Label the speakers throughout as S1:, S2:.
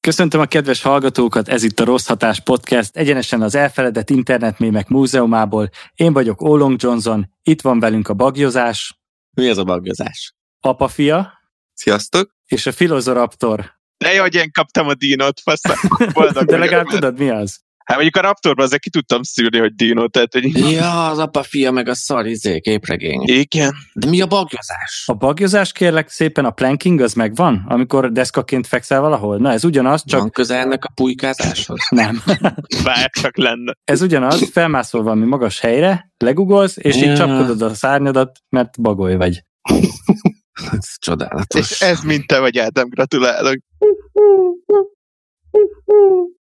S1: Köszöntöm a kedves hallgatókat, ez itt a Rossz Hatás Podcast, egyenesen az elfeledett internetmémek múzeumából. Én vagyok Olong Johnson, itt van velünk a bagyozás,
S2: Mi az a bagyozás?
S1: apafia
S2: Sziasztok!
S1: és a filozoraptor.
S3: Ne jó, hogy én kaptam a dínót, faszom. Boldog
S1: De
S3: vagyok,
S1: legalább
S3: mert-
S1: tudod, mi az?
S3: Hát mondjuk a Raptorban azért ki tudtam szűrni, hogy dínó, tehát hogy...
S2: Ja, az apa fia meg a szar izé, képregény.
S3: Igen.
S2: De mi a bagyozás?
S1: A bagyozás kérlek szépen, a planking az megvan, amikor deszkaként fekszel valahol? Na, ez ugyanaz,
S2: Csak
S1: csak
S2: Van köze ennek a pulykázáshoz?
S1: nem.
S3: Bár csak lenne.
S1: Ez ugyanaz, felmászol valami magas helyre, legugolsz, és így
S2: Ja.
S1: csapkodod a szárnyadat, mert bagoly vagy.
S2: Ez
S3: És
S2: Hát, csodálatos.
S3: ez mint te vagy, Ádám, gratulálok.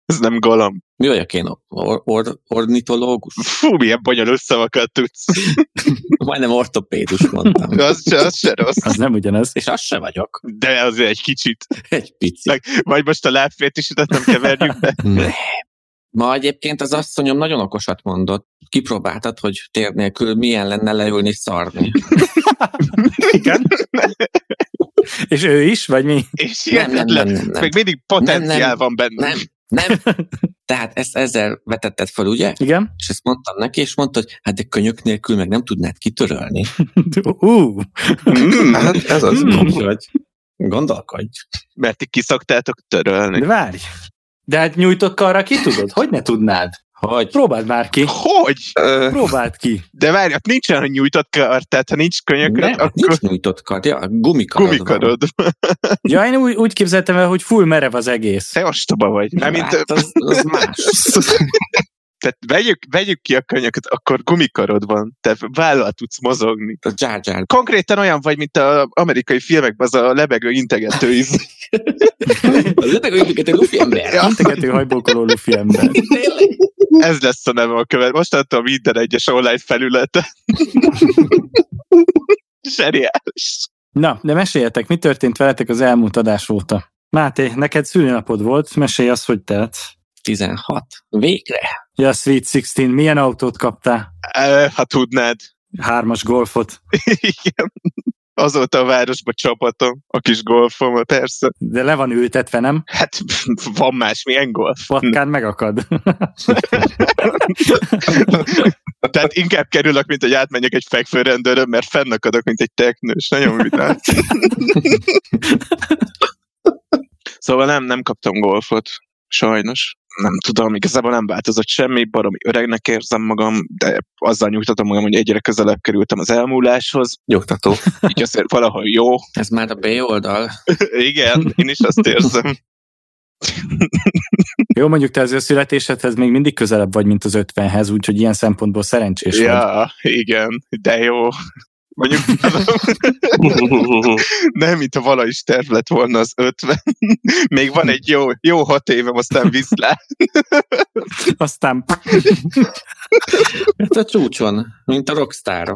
S3: Ez nem galamb.
S2: Mi vagyok én? Or- or- ornitológus?
S3: Fú, milyen bonyolult szavakat tudsz.
S2: Majdnem ortopédus mondtam.
S3: Az se, az se rossz.
S1: Az nem ugyanaz.
S2: És az se vagyok.
S3: De azért egy kicsit.
S2: Egy pici.
S3: Vagy most a lábfét is nem keverjük be.
S2: Ne. Ma egyébként az asszonyom nagyon okosat mondott. Kipróbáltad, hogy tér nélkül milyen lenne leülni szarni.
S1: Igen. És ő is, vagy mi?
S3: És
S2: Nem, nem,
S3: hihetetlen.
S2: nem, nem, nem.
S3: Még mindig potenciál van benne.
S2: Nem, nem. Tehát ezt ezzel vetetted fel, ugye?
S1: Igen.
S2: És ezt mondtam neki, és mondta, hogy hát de könyök nélkül meg nem tudnád kitörölni.
S1: Ú,
S3: Mm,
S2: Hát ez az,
S1: Hmm.
S2: hogy gondolkodj.
S3: Mert ti kiszoktátok törölni.
S1: de várj. De hát nyújtott karra ki tudod? Hogy ne tudnád?
S2: Hogy?
S1: Próbáld már
S3: Hm.
S1: ki.
S3: Hogy?
S1: Próbáld ki.
S3: De várj, ott nincs olyan, hogy nyújtott kar, tehát ha nincs könyökröd,
S2: Nem, hát
S3: akkor
S2: nincs nyújtott kard, ja, gumikarod van.
S3: gumikarod.
S1: Ja, én úgy, úgy képzeltem el, hogy full merev az egész.
S3: Te ostoba vagy. Nem, mint,
S2: Hát az, az más.
S3: tehát vegyük, vegyük ki a könyököt, akkor gumikarod van. Te vállal tudsz mozogni.
S2: A Jar Jar.
S3: Konkrétan olyan vagy, mint az amerikai filmekben az a lebegő integető íz.
S2: A lebegő ügyeket egy lufi ember.
S3: Ja.
S1: Integető hajbókoló lufi ember.
S2: Tényleg?
S3: Ez lesz a neve a követ. Mostantól minden egyes online felülete. Zseniális.
S1: Na, de meséljetek, mi történt veletek az elmúlt adás óta? Máté, neked szülinapod volt, mesélj azt, hogy telt.
S2: 16. Végre.
S1: Ja, Sweet 16, milyen autót kaptál?
S3: Ö, Ha tudnád.
S1: Hármas golfot.
S3: Igen. Azóta a városba csapatom, a kis golfom, persze.
S1: De le van ültetve, nem?
S3: Hát van más, milyen golf.
S1: Patkán megakad.
S3: Tehát inkább kerülök, mint hogy átmenjek egy fekvőrendőrön, mert fennakadok, mint egy teknős. Nagyon vidám. szóval nem, nem kaptam golfot. Sajnos. Nem tudom, igazából nem változott semmi, baromi öregnek érzem magam, de azzal nyugtatom magam, hogy egyre közelebb kerültem az elmúláshoz,
S2: Nyugtató.
S3: így azért valahol jó.
S2: Ez már a B oldal.
S3: Igen, én is azt érzem.
S1: Jó, mondjuk te az ő születésedhez még mindig közelebb vagy, mint az 50-hez, úgyhogy ilyen szempontból szerencsés vagy.
S3: Ja, igen, de jó. Mondjuk nem, mint ha vala is terv lett volna az 50. Még van egy jó, jó hat évem, aztán viszlát.
S1: Aztán
S2: Hát a csúcson, mint a rockstar.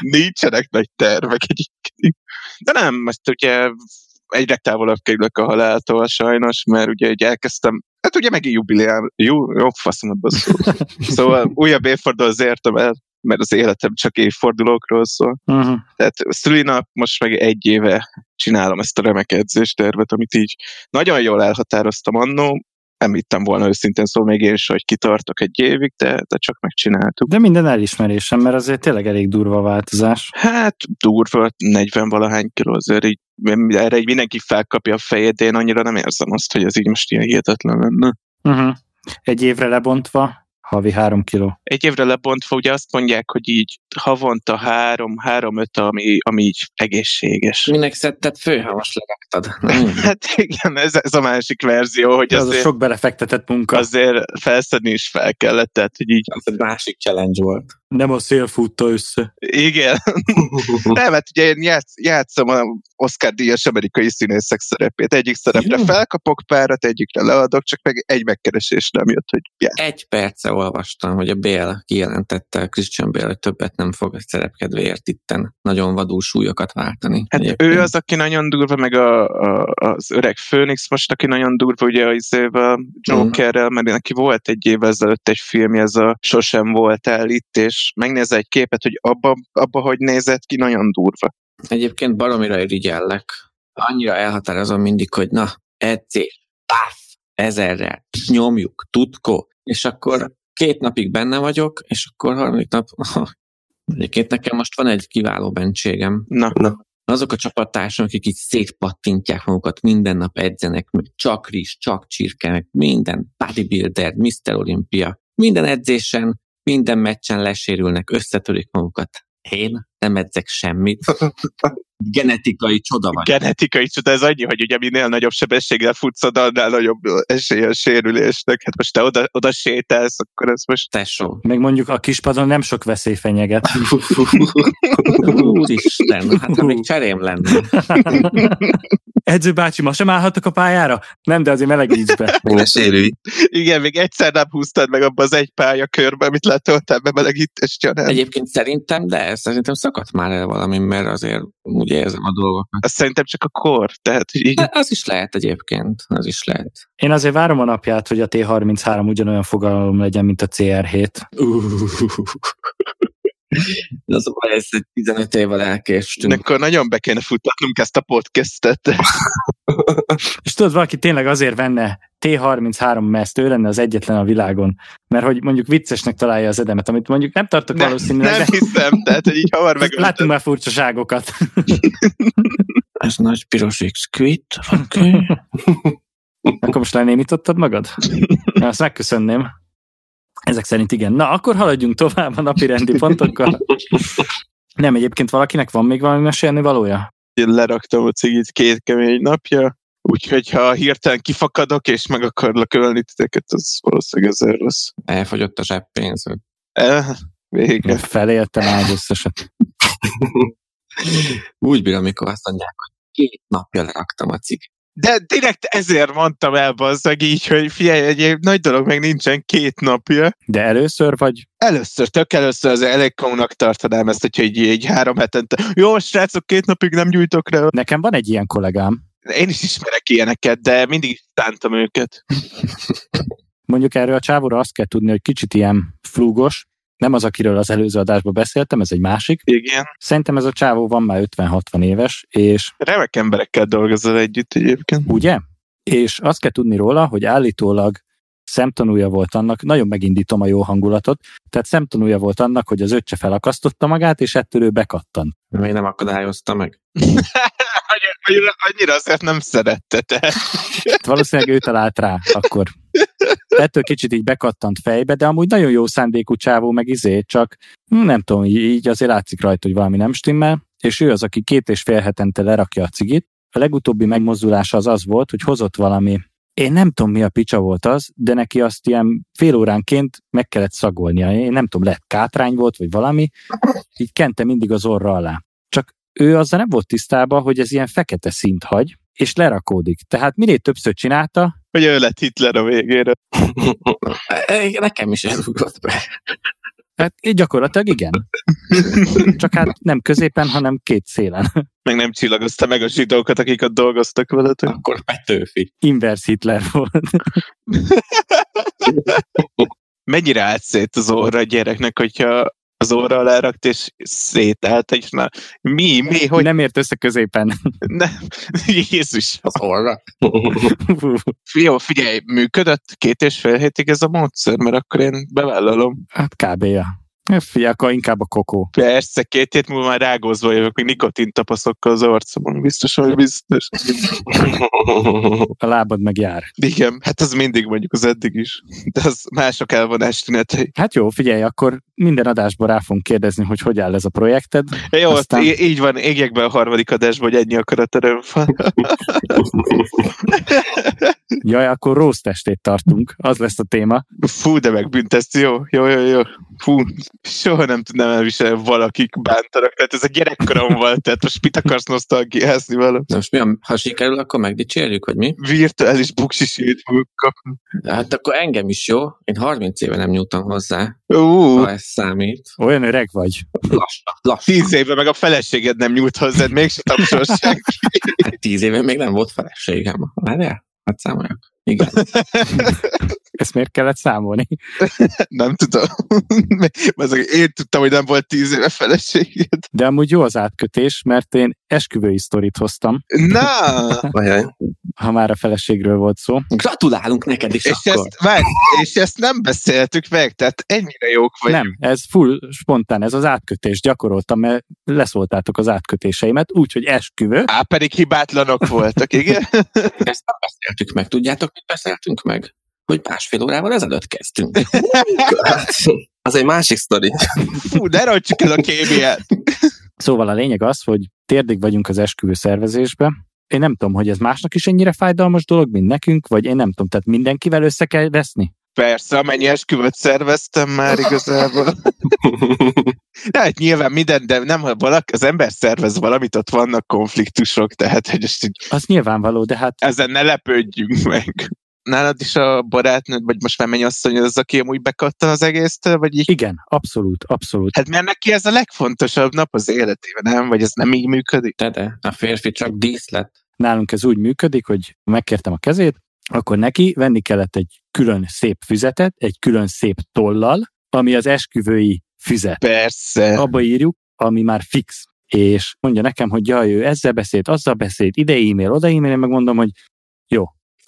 S3: Nincsenek nagy tervek egyébként. De nem, most ugye egyre távolabb kerülök a haláltól sajnos, mert ugye így elkezdtem, hát ugye megint jubileál, jó, jó faszom ebbe a szó. Szóval újabb évfordulóhoz értem el, mert az életem csak évfordulókról szól.
S1: uh-huh.
S3: Tehát szülinap most meg egy éve csinálom ezt a remek edzéstervet, amit így nagyon jól elhatároztam annó, nem hittem volna őszintén szó még én is, hogy kitartok egy évig, de, de csak megcsináltuk.
S1: De minden elismerésem, mert azért tényleg elég durva a változás.
S3: Hát durva, 40 valahány kiló, azért így, erre így mindenki felkapja a fejét, de én annyira nem érzem azt, hogy ez így most ilyen hihetetlen lenne.
S1: Uh-huh. Egy évre lebontva, havi három kiló.
S3: Egy évre lebontva ugye azt mondják, hogy így havonta három, három-öt, ami, ami így egészséges.
S2: Minek szedted Hmm. fő, ha most leraktad?
S3: Hát igen, ez, ez a másik verzió, hogy
S1: Az a
S3: azért...
S1: sok belefektetett munka. Az...
S3: azért felszedni is fel kellett, tehát hogy így,
S2: Az egy másik challenge volt.
S1: Nem a szél futta össze.
S3: igen. Nem, hát ugye én játsz, játszom a Oscar díjas amerikai színészek szerepét. Egyik szerepre
S2: Jó.
S3: felkapok párat, egyikre leadok, csak meg egy megkeresés nem jött, hogy já.
S2: Egy perce olvastam, hogy a Bale kijelentette, Christian Bale, hogy többet nem fog a szerepkedvéért itten nagyon vadul súlyokat váltani.
S3: Hát
S2: Egyébként.
S3: ő az, aki nagyon durva, meg a, a, az öreg Főnix most, aki nagyon durva, ugye az izével, Jokerrel, mert neki volt egy évvel ezelőtt egy filmje, ez a Sosem voltál itt, és megnézel egy képet, hogy abba, abba hogy nézett ki, nagyon durva.
S2: Egyébként baromira irigyellek. Annyira elhatározom mindig, hogy na, edzés, paf, ezerrel, nyomjuk, tutko, és akkor két napig benne vagyok, és akkor harmadik nap, egyébként nekem most van egy kiváló bentségem,
S3: Na,
S2: azok a csapattársak, akik így szétpattintják magukat, minden nap edzenek, meg csak rizs, csak csirkenek, minden bodybuilder, Mr. Olympia, minden edzésen, minden meccsen lesérülnek, összetörik magukat. Én nem edzek semmit. Genetikai csoda vagy.
S3: genetikai csoda, ez annyi, hogy ugye minél nagyobb sebességgel futsz oda, annál nagyobb esélye a sérülésnek. Hát most te oda, oda sétálsz, akkor ez most...
S2: Tesó.
S1: Meg mondjuk a kispadon nem sok veszély fenyeget.
S2: Úristen, hát ha még cserém lenne.
S1: Edző bácsi, ma sem állhatok a pályára? Nem, de azért melegíts be.
S4: Meg ne sérülj.
S3: Igen, még egyszer nem húztad meg abba az egy pálya körbe, amit letöltem be melegítés gyanán.
S2: Egyébként szerintem, de szerintem szakadt már el valami, mert azért úgy érzem a dolgokat.
S3: Azt szerintem csak a kor, tehát hogy így
S2: De az is lehet egyébként, az is lehet.
S1: Én azért várom a napját, hogy a T33 ugyanolyan fogalom legyen, mint a CR7.
S2: De az a baj, ez egy 15 évvel elkéstünk.
S3: akkor nagyon be kéne futtatnunk ezt a podcastet.
S1: És tudod, valaki tényleg azért venne T33 mezt, ő lenne az egyetlen a világon. Mert hogy mondjuk viccesnek találja az edemet, amit mondjuk nem tartok
S3: Ne,
S1: valószínűleg,
S3: nem
S1: de
S3: hiszem, tehát hogy így hamar meg...
S1: látunk már furcsaságokat.
S2: Ez nagy piros X quit, oké. Okay.
S1: Akkor most lenémítottad magad? Na, azt megköszönném. Ezek szerint igen. Na, akkor haladjunk tovább a napi rendi pontokkal. Nem, egyébként valakinek van még valami mesélni valója?
S3: Én leraktam a cigit két kemény napja, úgyhogy ha hirtelen kifakadok és meg akarlak ölni titeket, az valószínűleg ezért lesz.
S2: Elfogyott a zseppénz.
S3: Eh, vége.
S1: Feléltem ágy összeset.
S2: Úgy bírom, amikor azt mondják, hogy két napja leraktam a cikk.
S3: De direkt ezért mondtam el bazzag így, hogy figyelj, egy nagy dolog meg nincsen két napja.
S1: De először vagy?
S3: Először, tök először az elég komnak tartanám ezt, hogyha így, így három hetente. Jó, srácok, két napig nem gyújtok rá.
S1: Nekem van egy ilyen kollégám.
S3: Én is ismerek ilyeneket, de mindig is szántam őket.
S1: Mondjuk erről a csávóra azt kell tudni, hogy kicsit ilyen flúgos. Nem az, akiről az előző adásban beszéltem, ez egy másik.
S3: Igen.
S1: Szerintem ez a csávó van már 50-60 éves, és
S3: Remek emberekkel dolgozol együtt egyébként.
S1: ugye? És azt kell tudni róla, hogy állítólag szemtanúja volt annak, nagyon megindítom a jó hangulatot, tehát szemtanúja volt annak, hogy az öccse felakasztotta magát, és ettől ő bekattant.
S2: Még nem akadályozta meg.
S3: Annyira, annyira azért nem szerette, te.
S1: Tehát valószínűleg ő talált rá akkor. Ettől kicsit így bekattant fejbe, de amúgy nagyon jó szándékú csávó, meg izé, csak hm, nem tudom, így- így azért látszik rajta, hogy valami nem stimmel, és ő az, aki két és fél hetente lerakja a cigit. A legutóbbi megmozdulása az az volt, hogy hozott valami, én nem tudom mi a picsa volt az, de neki azt ilyen fél óránként meg kellett szagolnia. Én nem tudom, lehet kátrány volt, vagy valami, így kente mindig az orra alá. Csak ő azzal nem volt tisztában, hogy ez ilyen fekete szint hagy, és lerakódik. Tehát minél többször csinálta,
S3: Hogy ő lett Hitler a végére.
S2: E, Nekem is ez ugrott be.
S1: Hát így gyakorlatilag igen. Csak hát nem középen, hanem két szélen.
S3: Meg nem csillagozta meg a zsidókat, akik ott dolgoztak veletek.
S2: Akkor Petőfi.
S1: Inverse Hitler volt.
S3: Mennyire állt szét az orra a gyereknek, hogyha az orra alá rakt, és szétállt, és na, mi, mi, hogy
S1: Hogy nem ért össze középen.
S3: nem, Jézus,
S2: Az orra.
S3: jó, figyelj, működött két és fél hétig ez a módszer, mert akkor én bevállalom.
S1: Hát kb. -ja. Figyelj, akkor inkább a kokó.
S3: Persze, két hét múlva már rágózva jövök, hogy nikotint tapaszokkal az arcomon, biztos, hogy biztos.
S1: A lábad meg jár.
S3: Igen, hát ez mindig mondjuk az eddig is, de az mások elvonás tünetei.
S1: Hát jó, figyelj, akkor minden adásban rá fogunk kérdezni, hogy hogy áll ez a projekted.
S3: Jó,
S1: Aztán-
S3: Aztán... í- így van, égjek be a harmadik adásban, hogy ennyi akarat erőm van.
S1: Jaj, akkor rossz testét tartunk. Az lesz a téma.
S3: Fú, de megbüntetsz, jó, jó, jó, jó. Fú, soha nem tudnám elviselni, hogy valakik bántanak, tehát ez a gyerekkorom volt, tehát most mit akarsz nosztalgiázni valam?
S2: Na most mi, a- ha sikerül, akkor megdicsérjük, vagy mi?
S3: Virtuális buksisét fogok kapni.
S2: Hát akkor engem is jó. Én 30 éve nem nyújtam hozzá,
S3: Ú,
S2: ha ez számít.
S1: Olyan öreg vagy.
S2: Lassan, lassan.
S3: tíz éve meg a feleséged nem nyújt hozzád, mégse tapsol senki.
S2: Hát tíz éve még nem volt feleségem. Várjál, hát számoljak. Igen.
S1: Ezt miért kellett számolni?
S3: Nem tudom. Ezek- Én tudtam, hogy nem volt tíz éve feleséged.
S1: De amúgy jó az átkötés, mert én esküvői sztorit hoztam.
S3: Na,
S4: Ajaj.
S1: ha már a feleségről volt szó.
S2: Gratulálunk neked is
S3: És
S2: akkor.
S3: ezt, várj, és ezt nem beszéltük meg, tehát ennyire jók vagy.
S1: Nem, ez full spontán, ez az átkötés. Gyakoroltam, mert leszóltátok az átkötéseimet, úgyhogy esküvő.
S3: Á, pedig hibátlanok voltak, igen?
S2: Ezt nem beszéltük meg. Tudjátok, mit beszéltünk meg? Hogy másfél órával ezelőtt kezdtünk.
S4: hát, Az egy másik sztori.
S3: Fú, ne rontsuk el a kémiát.
S1: Szóval a lényeg az, hogy térdig vagyunk az esküvő szervezésbe. Én nem tudom, hogy ez másnak is ennyire fájdalmas dolog, mint nekünk, vagy én nem tudom, tehát mindenkivel össze kell veszni?
S3: Persze, amennyi esküvőt szerveztem már igazából. De hát nyilván minden, de nem, ha valaki, az ember szervez valamit, ott vannak konfliktusok, tehát hogy ezt így,
S1: Az nyilvánvaló, de hát
S3: ezen ne lepődjünk meg. Nálad is a barátnőd, vagy most már mennyasszony az, aki amúgy bekattan az egésztől, vagy így?
S1: igen, abszolút, abszolút.
S3: Hát mert neki ez a legfontosabb nap az életében, nem? Vagy ez nem így működik?
S2: De, de a férfi csak díszlet.
S1: Nálunk ez úgy működik, hogy megkértem a kezét, akkor neki venni kellett egy külön szép füzetet, egy külön szép tollal, ami az esküvői füzet.
S3: Persze.
S1: abba írjuk, ami már fix. És mondja nekem, hogy jaj, ő ezzel beszélt, azzal beszélt, ide e-mail, oda e-mail, én megmondom, hogy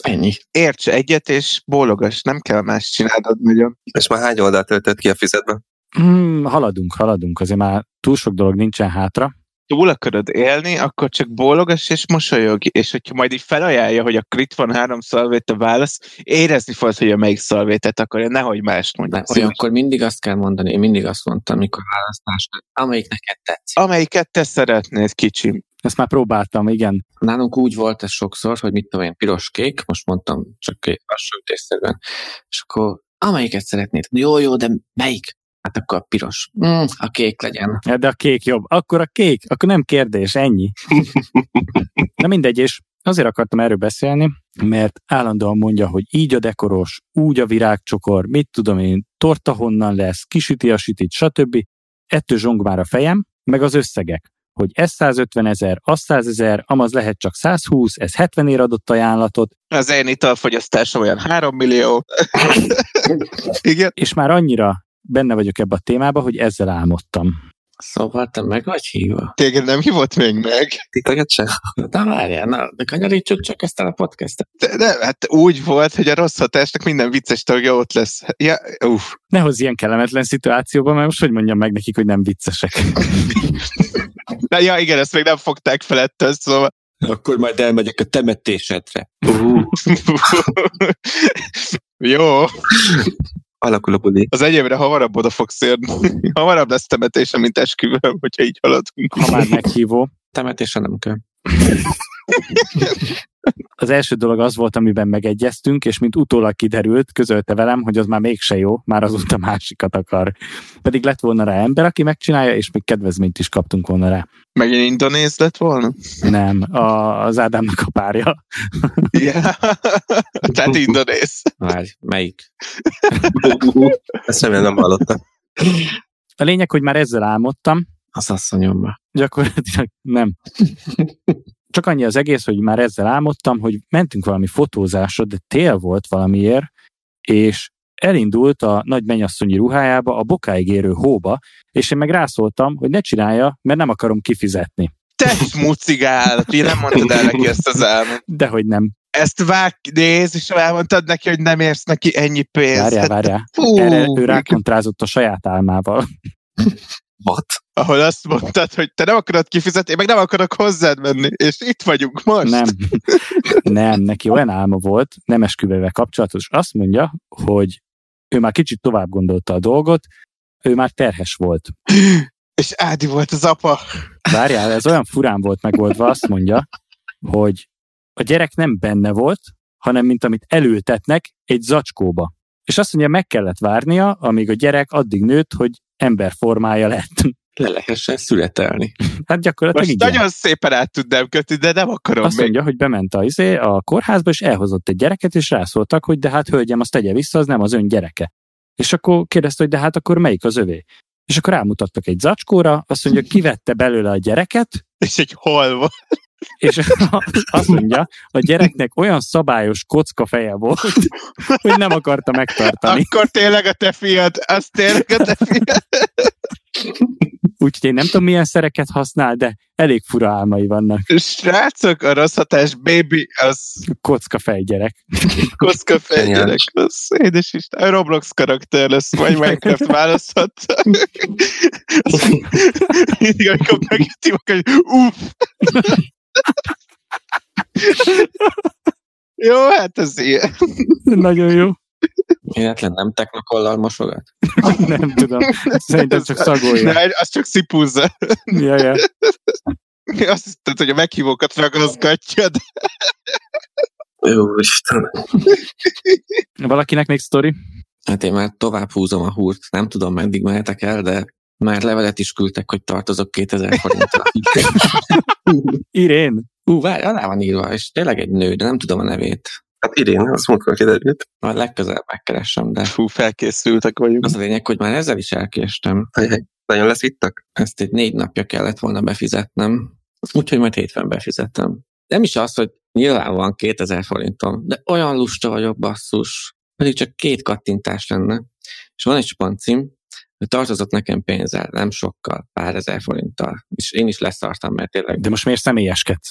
S2: Ennyi.
S3: Érts egyet, és bólogass, nem kell más csinálnod nagyon.
S4: És már hány oldalt töltött ki a fizetben?
S1: hmm, haladunk, haladunk, azért már túl sok dolog nincsen hátra.
S3: Túl akarod élni, akkor csak bólogass és mosolyog, és hogyha majd így felajánlja, hogy a itt van három szalvét a válasz, érezni fogod, hogy a melyik szalvétet akarja, nehogy mást
S2: De
S3: mondja.
S2: olyankor mindig azt kell mondani, én mindig azt mondtam, mikor választás, amelyik neked tetszik.
S3: Amelyiket te szeretnéd, kicsim.
S1: Ezt már próbáltam, igen.
S2: Nálunk úgy volt ez sokszor, hogy mit tudom én, piros-kék, most mondtam csak két lassú ütésszerűen, és akkor amelyiket szeretnéd? Jó, jó, de melyik? Hát akkor a piros. Mm, a kék legyen.
S1: Ja, Hát, De a kék jobb. Akkor a kék, akkor nem kérdés, ennyi. Na mindegy, és azért akartam erről beszélni, mert állandóan mondja, hogy így a dekoros, úgy a virágcsokor, mit tudom én, torta honnan lesz, kisüti a sütit, stb. Ettől zsong már a fejem, meg az összegek hogy ez 150 ezer, az 100 ezer, amaz lehet csak 120, ez 70 ér adott ajánlatot,
S3: Az én italfogyasztásom olyan 3 millió. Igen.
S1: és már annyira benne vagyok ebbe a témába, hogy ezzel álmodtam.
S2: Szóval te meg vagy hívva.
S3: Téged nem hívott még meg.
S4: Titeket sem?
S2: Na várjál, na, de kanyarítsuk csak ezt el a podcastet.
S3: De, de, hát úgy volt, hogy a rossz hatásnak minden vicces tagja ott lesz. Ja, uff.
S1: Ne hozz ilyen kellemetlen szituációba, mert most hogy mondjam meg nekik, hogy nem viccesek.
S3: Na, ja, igen, ezt még nem fogták fel ettől, szóval
S2: Akkor majd elmegyek a temetésedre.
S3: Jó,
S4: Alakul a buli.
S3: az egyébre hamarabb oda fogsz érni. Hamarabb lesz temetésem, mint esküvőm, hogyha így haladunk.
S1: ha már meghívó.
S2: Temetésre nem kell.
S1: Az első dolog az volt, amiben megegyeztünk, és mint utólag kiderült, közölte velem, hogy az már mégse jó, már azóta másikat akar. Pedig lett volna rá ember, aki megcsinálja, és még kedvezményt is kaptunk volna rá.
S3: Megint indonéz lett volna?
S1: Nem, a, az Ádámnak a párja.
S3: Yeah. Tehát indonéz.
S2: Várj, melyik?
S4: Ezt remélem nem hallottam.
S1: A lényeg, hogy már ezzel álmodtam,
S2: Az asszonyomba.
S1: gyakorlatilag nem. Csak annyi az egész, hogy már ezzel álmodtam, hogy mentünk valami fotózásra, de tél volt valamiért, és elindult a nagy mennyasszonyi ruhájába, a bokáig érő hóba, és én meg rászóltam, hogy ne csinálja, mert nem akarom kifizetni.
S3: Te is mucigál, ti nem mondtad el neki ezt az álmot.
S1: Dehogy nem.
S3: Ezt vág, néz, és elmondtad neki, hogy nem érsz neki ennyi pénzt.
S1: Várjál,
S3: Hát,
S1: várjál.
S3: fú,
S1: Erre ő rákontrázott a saját álmával.
S4: What?
S3: ahol azt mondtad, hogy te nem akarod kifizetni, én meg nem akarok hozzád menni, és itt vagyunk most.
S1: Nem. Nem, neki olyan álma volt, nem esküvővel kapcsolatos. Azt mondja, hogy ő már kicsit tovább gondolta a dolgot, ő már terhes volt.
S3: És Ádi volt az apa.
S1: Hát Várjál, ez olyan furán volt megoldva, azt mondja, hogy a gyerek nem benne volt, hanem mint amit elültetnek egy zacskóba. És azt mondja, meg kellett várnia, amíg a gyerek addig nőtt, hogy emberformája lett.
S2: Le lehessen születelni.
S1: Hát gyakorlatilag
S3: Most
S1: igen.
S3: nagyon szépen át tudnám kötni, de nem akarom
S1: Azt
S3: még.
S1: mondja, hogy bement a, izé, a kórházba, és elhozott egy gyereket, és rászóltak, hogy de hát hölgyem, azt tegye vissza, az nem az ön gyereke. És akkor kérdezte, hogy de hát akkor melyik az övé? És akkor rámutattak egy zacskóra, azt mondja, kivette belőle a gyereket,
S3: És egy hol van.
S1: és azt mondja, a gyereknek olyan szabályos kocka feje volt, hogy nem akarta megtartani.
S3: Akkor tényleg a te fiad, az tényleg a te fiad.
S1: Úgyhogy én nem tudom, milyen szereket használ, de elég fura álmai vannak.
S3: Srácok, a rossz hatás baby, az
S1: Kocka fejgyerek.
S3: koszka
S4: Geniális.
S3: fejgyerek, az édes Isten. A Roblox karakter lesz, vagy Minecraft választhat. Azt- Mindig, amikor megüti magad, hogy uff! Jó, hát ez ilyen.
S1: Nagyon jó.
S2: Véletlen nem teknokollal mosogat?
S1: Nem tudom. Szerintem csak szagolja.
S3: Ne, az csak szipúzza.
S1: Ja, ja.
S3: Azt hiszed, hogy a meghívókat ragaszgatja, de
S4: Jó, Isten.
S1: Valakinek még sztori?
S2: Hát én már tovább húzom a húrt, nem tudom meddig mehetek el, de már levelet is küldtek, hogy tartozok 2000 forinttal.
S1: Irén.
S2: Ú, várj, alá van írva, és tényleg egy nő, de nem tudom a nevét.
S4: Hát Irén, az munkor kiderült.
S2: Majd legközelebb megkeresem, de
S3: fú, felkészültek vagyunk.
S2: az a lényeg, hogy már ezzel is elkéstem.
S4: Ajaj, Nagyon lesz ittak?
S2: Ezt egy négy napja kellett volna befizetnem, úgyhogy majd hétfőn befizetem. Nem is az, hogy nyilván van 2000 forintom, de olyan lusta vagyok basszus, pedig csak két kattintás lenne. És van egy spancim, hogy tartozott nekem pénzzel, nem sokkal, pár ezer forinttal. És én is leszartam, mert tényleg
S1: De most miért személyeskedsz?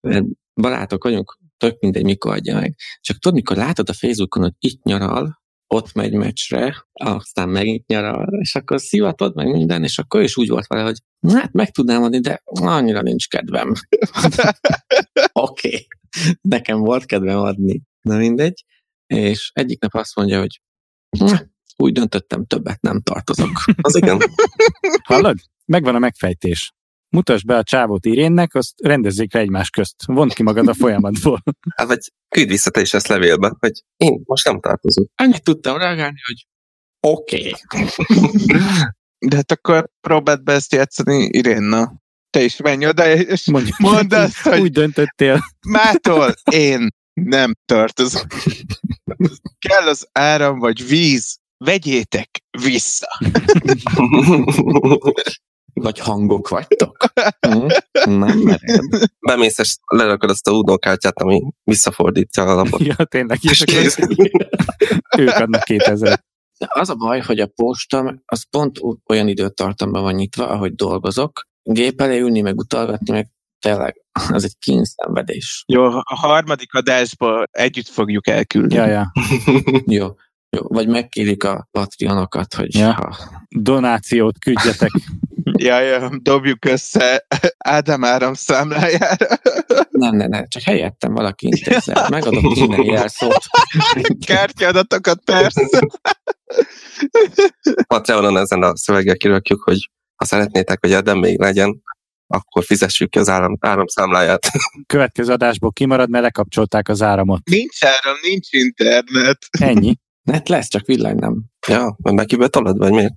S2: mert barátok vagyunk, tök mindegy, mikor adja meg. Csak tudod, mikor látod a Facebookon, hogy itt nyaral, ott megy meccsre, aztán megint nyaral, és akkor szivatod meg minden, és akkor is úgy volt vele, hogy "Na, hát meg tudnám adni, de annyira nincs kedvem. Oké, okay. nekem volt kedvem adni. Na mindegy. És egyik nap azt mondja, hogy "Na, úgy döntöttem, többet nem tartozok.
S4: Az igen.
S1: Hallod? Megvan a megfejtés. Mutasd be a csávót Irénnek, azt rendezzék le egymás közt. Vond ki magad a folyamatból.
S4: Hát vagy küld vissza te is ezt levélbe, hogy én most nem tartozom.
S2: Annyit tudtam reagálni, hogy oké. Okay.
S3: De hát akkor próbáld be ezt játszani Irénna. Te is menj oda, és
S1: Mondjuk,
S3: mondd azt, hogy
S1: Úgy döntöttél.
S3: mától én nem tartozom. Kell az áram vagy víz, vegyétek vissza.
S2: Vagy hangok vagytok. Hm? Nem mered.
S4: Bemész és lerakod azt a UNO kártyát, ami visszafordítja a lapot.
S1: Ja, tényleg. És
S4: És
S1: akkor
S4: kész.
S1: ők adnak 2000.
S2: De az a baj, hogy a postam az pont o- olyan időtartamban van nyitva, ahogy dolgozok. Gép elé ülni, meg utalgatni, meg tényleg az egy kínszenvedés.
S3: Jó, a harmadik adásba együtt fogjuk elküldni.
S1: Ja, ja.
S2: Jó. Jó. Vagy megkérik a patrionokat, hogy
S1: Ja.
S2: ja. ha
S1: Donációt küldjetek.
S3: ja, ja dobjuk össze Ádám áram számlájára.
S2: nem, nem, nem, csak helyettem valaki intézzel. Megadom minden jelszót.
S3: Kártyadatokat persze.
S4: Patreonon ezen a szöveggel kirakjuk, hogy ha szeretnétek, hogy Erdem még legyen, akkor fizessük ki az állam, áramszámláját.
S1: Következő adásból kimarad, mert lekapcsolták az áramot.
S3: Nincs áram, nincs internet.
S1: Ennyi.
S2: Hát lesz, csak villany nem.
S4: ja, mert megkiből tolod, vagy miért?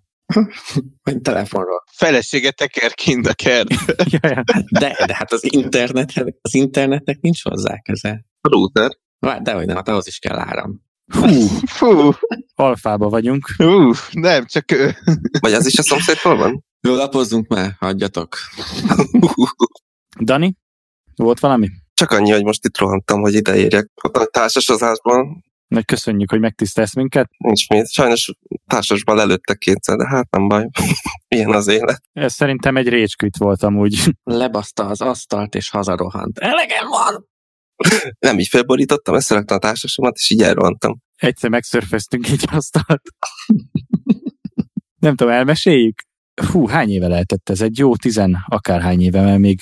S2: Vagy telefonról.
S3: Felesége teker kint a kert.
S1: Ja, ja.
S2: De, de hát az, internet, az internetnek nincs hozzá köze.
S4: A router.
S2: Várj, dehogy nem, hát ahhoz is kell áram.
S1: Hú,
S3: Fú,
S1: alfába vagyunk.
S3: hú, nem, csak ő.
S4: Vagy az is a szomszédtól van?
S2: Jó, lapozzunk már, hagyjatok.
S1: Dani? Volt valami?
S4: Csak annyi, hogy most itt rohantam, hogy ide érjek. Ott a társasozásban
S1: Nagy köszönjük, hogy megtisztelsz minket.
S4: nincs mit. Sajnos társasban lelőttek kétszer, de hát nem baj. Ilyen az élet.
S1: Ez szerintem egy récsküt volt amúgy.
S2: lebaszta az asztalt, és hazarohant. Elegem van!
S4: Nem így felborítottam, összeraktam a társasomat, és így elrohantam.
S1: Egyszer megszörföztünk így asztalt. Nem tudom, elmeséljük? Hú, hány éve lehetett ez? Egy jó tizen akárhány éve, mert még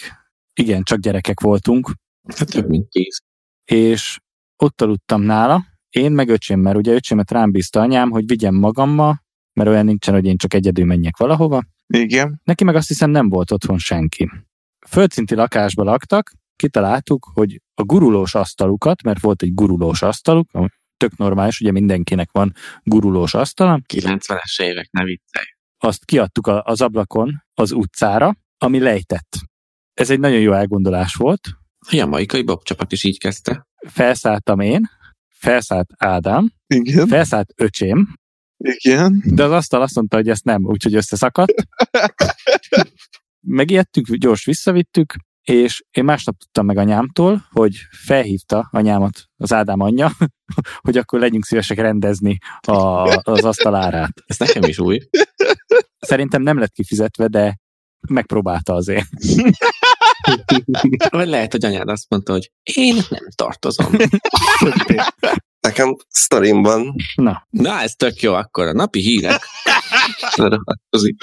S1: igen, csak gyerekek voltunk.
S2: Hát több mint tíz.
S1: és ott aludtam nála, én meg öcsémmel, ugye öcsémet rám bízta anyám, hogy vigyem magammal, mert olyan nincsen, hogy én csak egyedül menjek valahova.
S3: Igen.
S1: Neki meg azt hiszem nem volt otthon senki. Földszinti lakásba laktak, kitaláltuk, hogy a gurulós asztalukat, mert volt egy gurulós asztaluk, ami tök normális, ugye mindenkinek van gurulós asztala,
S2: 90-es évek, ne viccelj.
S1: azt kiadtuk a- az ablakon az utcára, ami lejtett. Ez egy nagyon jó elgondolás volt,
S2: A jamaikai bobcsapat is így kezdte.
S1: felszálltam én, felszállt Ádám,
S3: Igen.
S1: felszállt öcsém,
S3: Igen.
S1: De az asztal azt mondta, hogy ezt nem, úgyhogy összeszakadt. Megijedtünk, gyors visszavittük, és én másnap tudtam meg anyámtól, hogy felhívta anyámat az Ádám anyja, hogy akkor legyünk szívesek rendezni a, az asztal árát.
S2: Ez nekem is új.
S1: Szerintem nem lett kifizetve, de megpróbálta azért.
S2: Vagy lehet, hogy anyád azt mondta, hogy én nem tartozom.
S4: Nekem sztorimban
S1: Na,
S2: Na, ez tök jó akkor, a napi hírek.
S4: lerakatozik.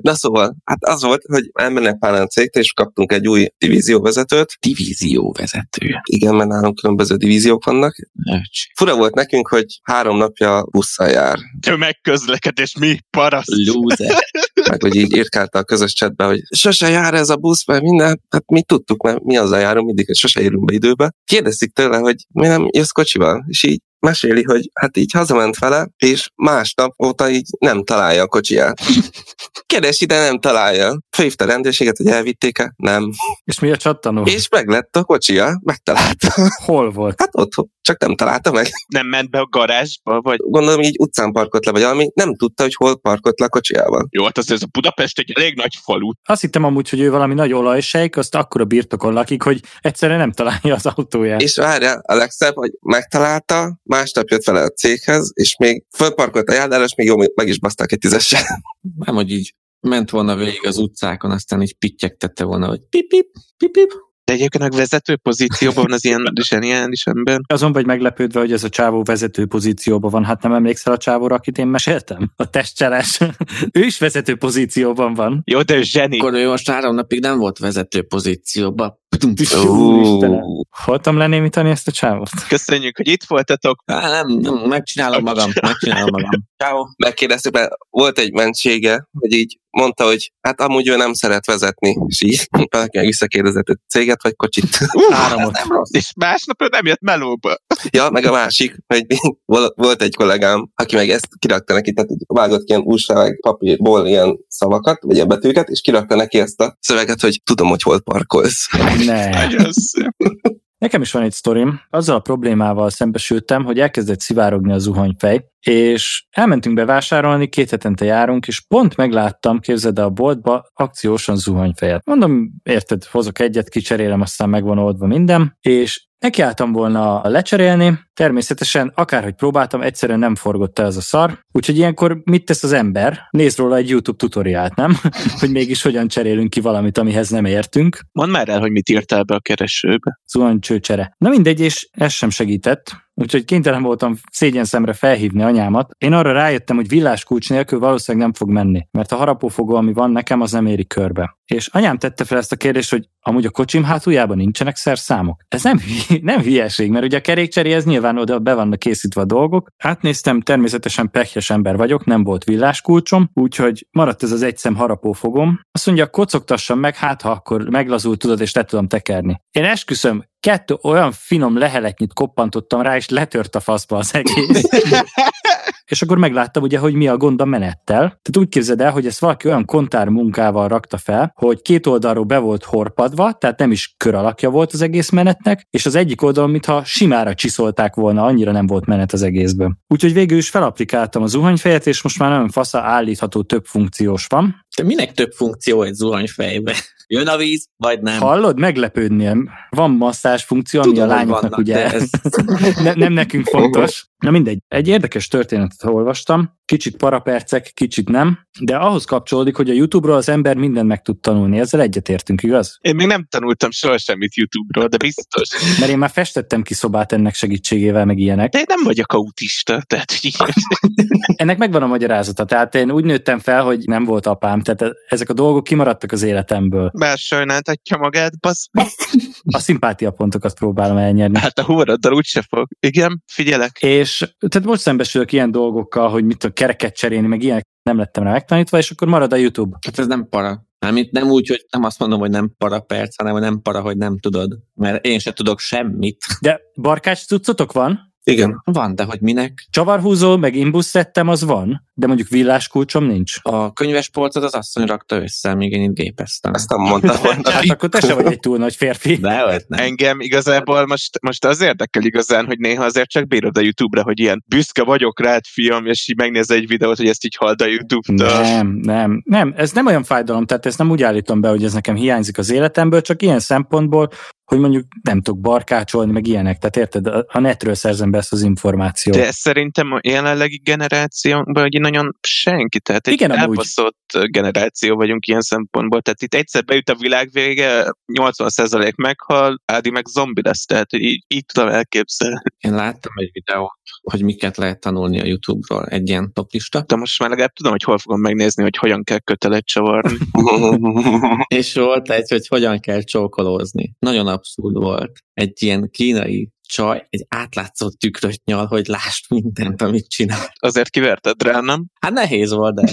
S4: Na szóval, hát az volt, hogy elmennek pár a cégtől, és kaptunk egy új divízióvezetőt.
S2: Divízió vezető.
S4: Igen, mert nálunk különböző divíziók vannak.
S2: Öcs.
S4: Fura volt nekünk, hogy három napja busszal jár.
S3: Tömegközlekedés, mi paraszt?
S2: Loser.
S4: Meg hogy így írkálta a közös chatbe, hogy sose jár ez a busz, mert minden, hát mi tudtuk, mert mi azzal járunk mindig, hogy sose érünk be időbe. Kérdeztük tőle, hogy mi nem jössz kocsival, és így meséli, hogy hát így hazament vele, és másnap óta így nem találja a kocsiját. Keresi, de nem találja. Főhívta a rendőrséget, hogy elvitték-e? Nem.
S1: és mi a csattanó?
S4: És meglett a kocsia, megtalálta.
S1: Hol volt?
S4: Hát otthon, csak nem találta meg.
S3: Nem ment be a garázsba, vagy
S4: Gondolom így utcán parkolt le, vagy valami, nem tudta, hogy hol parkolt le a kocsijával.
S3: jó, hát azért ez a Budapest egy elég nagy falu.
S1: Azt hittem amúgy, hogy ő valami nagy olajsejk, azt akkora birtokon lakik, hogy egyszerűen nem találja az autóját.
S4: És várja, a legszebb, hogy megtalálta, másnap jött vele a céghez, és még fölparkolt a járdára, és még jó, meg is baszták egy tízessel.
S2: Nem, hogy így ment volna végig az utcákon, aztán így pittyegtette volna, hogy pip-pip, pip-pip.
S3: De egyébként a vezető pozícióban van az ilyen zseniális ember.
S1: Azon vagy meglepődve, hogy ez a csávó vezető pozícióban van. Hát nem emlékszel a csávóra, akit én meséltem? A testcseles. ő is vezető pozícióban van.
S3: Jó, de zseni.
S2: Akkor ő most három napig nem volt vezető pozícióba.
S1: Jó, Istenem. Holtam lenémítani ezt a csávót?
S3: Köszönjük, hogy itt voltatok.
S2: Á, nem, nem, megcsinálom magam, megcsinálom magam.
S4: Ciao. Megkérdeztük, mert volt egy mentsége, hogy így mondta, hogy hát amúgy ő nem szeret vezetni, és így valaki meg visszakérdezett, hogy céget vagy kocsit.
S1: Áramot.
S3: Nem rossz. És másnap ő nem jött melóba.
S4: Ja, meg a másik, hogy vol- volt egy kollégám, aki meg ezt kirakta neki, tehát így vágott ilyen újság meg papírból ilyen szavakat, vagy ilyen betűket, és kirakta neki ezt a szöveget, hogy tudom, hogy hol parkolsz.
S1: Ne.
S3: Nagyon szép.
S1: Nekem is van egy sztorim. Azzal a problémával szembesültem, hogy elkezdett szivárogni a zuhanyfej, és elmentünk bevásárolni, két hetente járunk, és pont megláttam, képzeld el a boltba, akciósan zuhanyfejet. Mondom, érted, hozok egyet, kicserélem, aztán megvan oldva minden, és nekiálltam volna lecserélni, természetesen akárhogy próbáltam, egyszerűen nem forgott el ez a szar, úgyhogy ilyenkor mit tesz az ember? Néz róla egy YouTube tutoriált, nem? hogy mégis hogyan cserélünk ki valamit, amihez nem értünk.
S3: Mondd már el, hogy mit írtál be a keresőbe.
S1: zuhanycsőcsere. Na mindegy, és ez sem segített, úgyhogy kénytelen voltam szégyenszemre felhívni anyámat. Én arra rájöttem, hogy villáskulcs nélkül valószínűleg nem fog menni, mert a harapófogó, ami van nekem, az nem éri körbe. És anyám tette fel ezt a kérdést, hogy amúgy a kocsim hátuljában nincsenek szerszámok. Ez nem, hü- nem hülyeség, mert ugye a kerékcseréhez nyilván oda be vannak készítve a dolgok. Átnéztem, természetesen pekhes ember vagyok, nem volt villáskulcsom, úgyhogy maradt ez az egyszem harapófogom. Azt mondja, kocogtassam meg, hát ha akkor meglazul, tudod, és le tudom tekerni. Én esküszöm, kettő olyan finom leheletnyit koppantottam rá, és letört a faszba az egész. és akkor megláttam ugye, hogy mi a gond a menettel. Tehát úgy képzeld el, hogy ezt valaki olyan kontár munkával rakta fel, hogy két oldalról be volt horpadva, tehát nem is kör alakja volt az egész menetnek, és az egyik oldalon, mintha simára csiszolták volna, annyira nem volt menet az egészben. Úgyhogy végül is felaplikáltam a zuhanyfejet, és most már nagyon fasza állítható több funkciós van.
S2: De minek több funkció egy zuhanyfejbe? Jön a víz, vagy nem?
S1: Hallod? Meglepődnél. Van masszás funkció, ami a
S2: hogy
S1: lányoknak
S2: vannak,
S1: ugye
S2: de ez
S1: ne, nem nekünk fontos. Na mindegy, egy érdekes történetet olvastam, kicsit parapercek, kicsit nem, de ahhoz kapcsolódik, hogy a YouTube-ról az ember mindent meg tud tanulni, ezzel egyetértünk, igaz?
S3: Én még nem tanultam soha semmit YouTube-ról, de biztos.
S1: Mert én már festettem ki szobát ennek segítségével, meg ilyenek.
S3: De én nem vagyok autista, tehát így-
S1: Ennek megvan a magyarázata, tehát én úgy nőttem fel, hogy nem volt apám, tehát e- ezek a dolgok kimaradtak az életemből.
S3: már sajnáltatja magát, basz.
S1: A szimpátiapontokat próbálom elnyerni.
S3: Hát a humoroddal úgyse fog. Igen, figyelek.
S1: És tehát most szembesülök ilyen dolgokkal, hogy mit a kereket cserélni, meg ilyenek nem lettem rá megtanítva, és akkor marad a YouTube.
S2: Hát ez nem para. Mármint nem úgy, hogy nem azt mondom, hogy nem para perc, hanem hogy nem para, hogy nem tudod. Mert én se tudok semmit.
S1: De barkács cuccotok van?
S4: Igen.
S2: Van, de hogy minek?
S1: Csavarhúzó, meg imbuszszettem az van, de mondjuk villáskulcsom nincs.
S2: A könyvespolcot az asszony rakta össze, míg én itt gépeztem.
S4: Ezt nem mondtam volna.
S1: Hát akkor te se vagy egy túl nagy férfi.
S2: De hogy nem.
S3: Engem igazából most, most az érdekel igazán, hogy néha azért csak bírod a YouTube-ra, hogy ilyen büszke vagyok rád, fiam, és így megnéz egy videót, hogy ezt így halld a YouTube-tól.
S1: Nem, nem, nem, ez nem olyan fájdalom, tehát ezt nem úgy állítom be, hogy ez nekem hiányzik az életemből, csak ilyen szempontból hogy mondjuk nem tudok barkácsolni, meg ilyenek. Tehát érted, a- a netről szerzem be ezt az információt.
S3: De szerintem a jelenlegi generációnkban hogy nagyon senki, tehát egy
S1: Igen,
S3: Igen,
S1: amúgy.
S3: elbaszott generáció vagyunk ilyen szempontból, tehát itt egyszer beüt a világ vége, 80% meghal, Ádi meg zombi lesz, tehát hogy így, így tudom elképzelni.
S2: Én láttam egy videót, hogy miket lehet tanulni a YouTube-ról, egy ilyen toplista,
S3: De most már legalább tudom, hogy hol fogom megnézni, hogy hogyan kell kötelet csavarni.
S2: és volt egy, hogy hogyan kell csókolózni. Nagyon abszurd volt. Egy ilyen kínai csaj egy átlátszó tükröt nyal, hogy lásd mindent, amit csinál.
S3: Azért kiverted rá, nem?
S2: Hát nehéz volt, de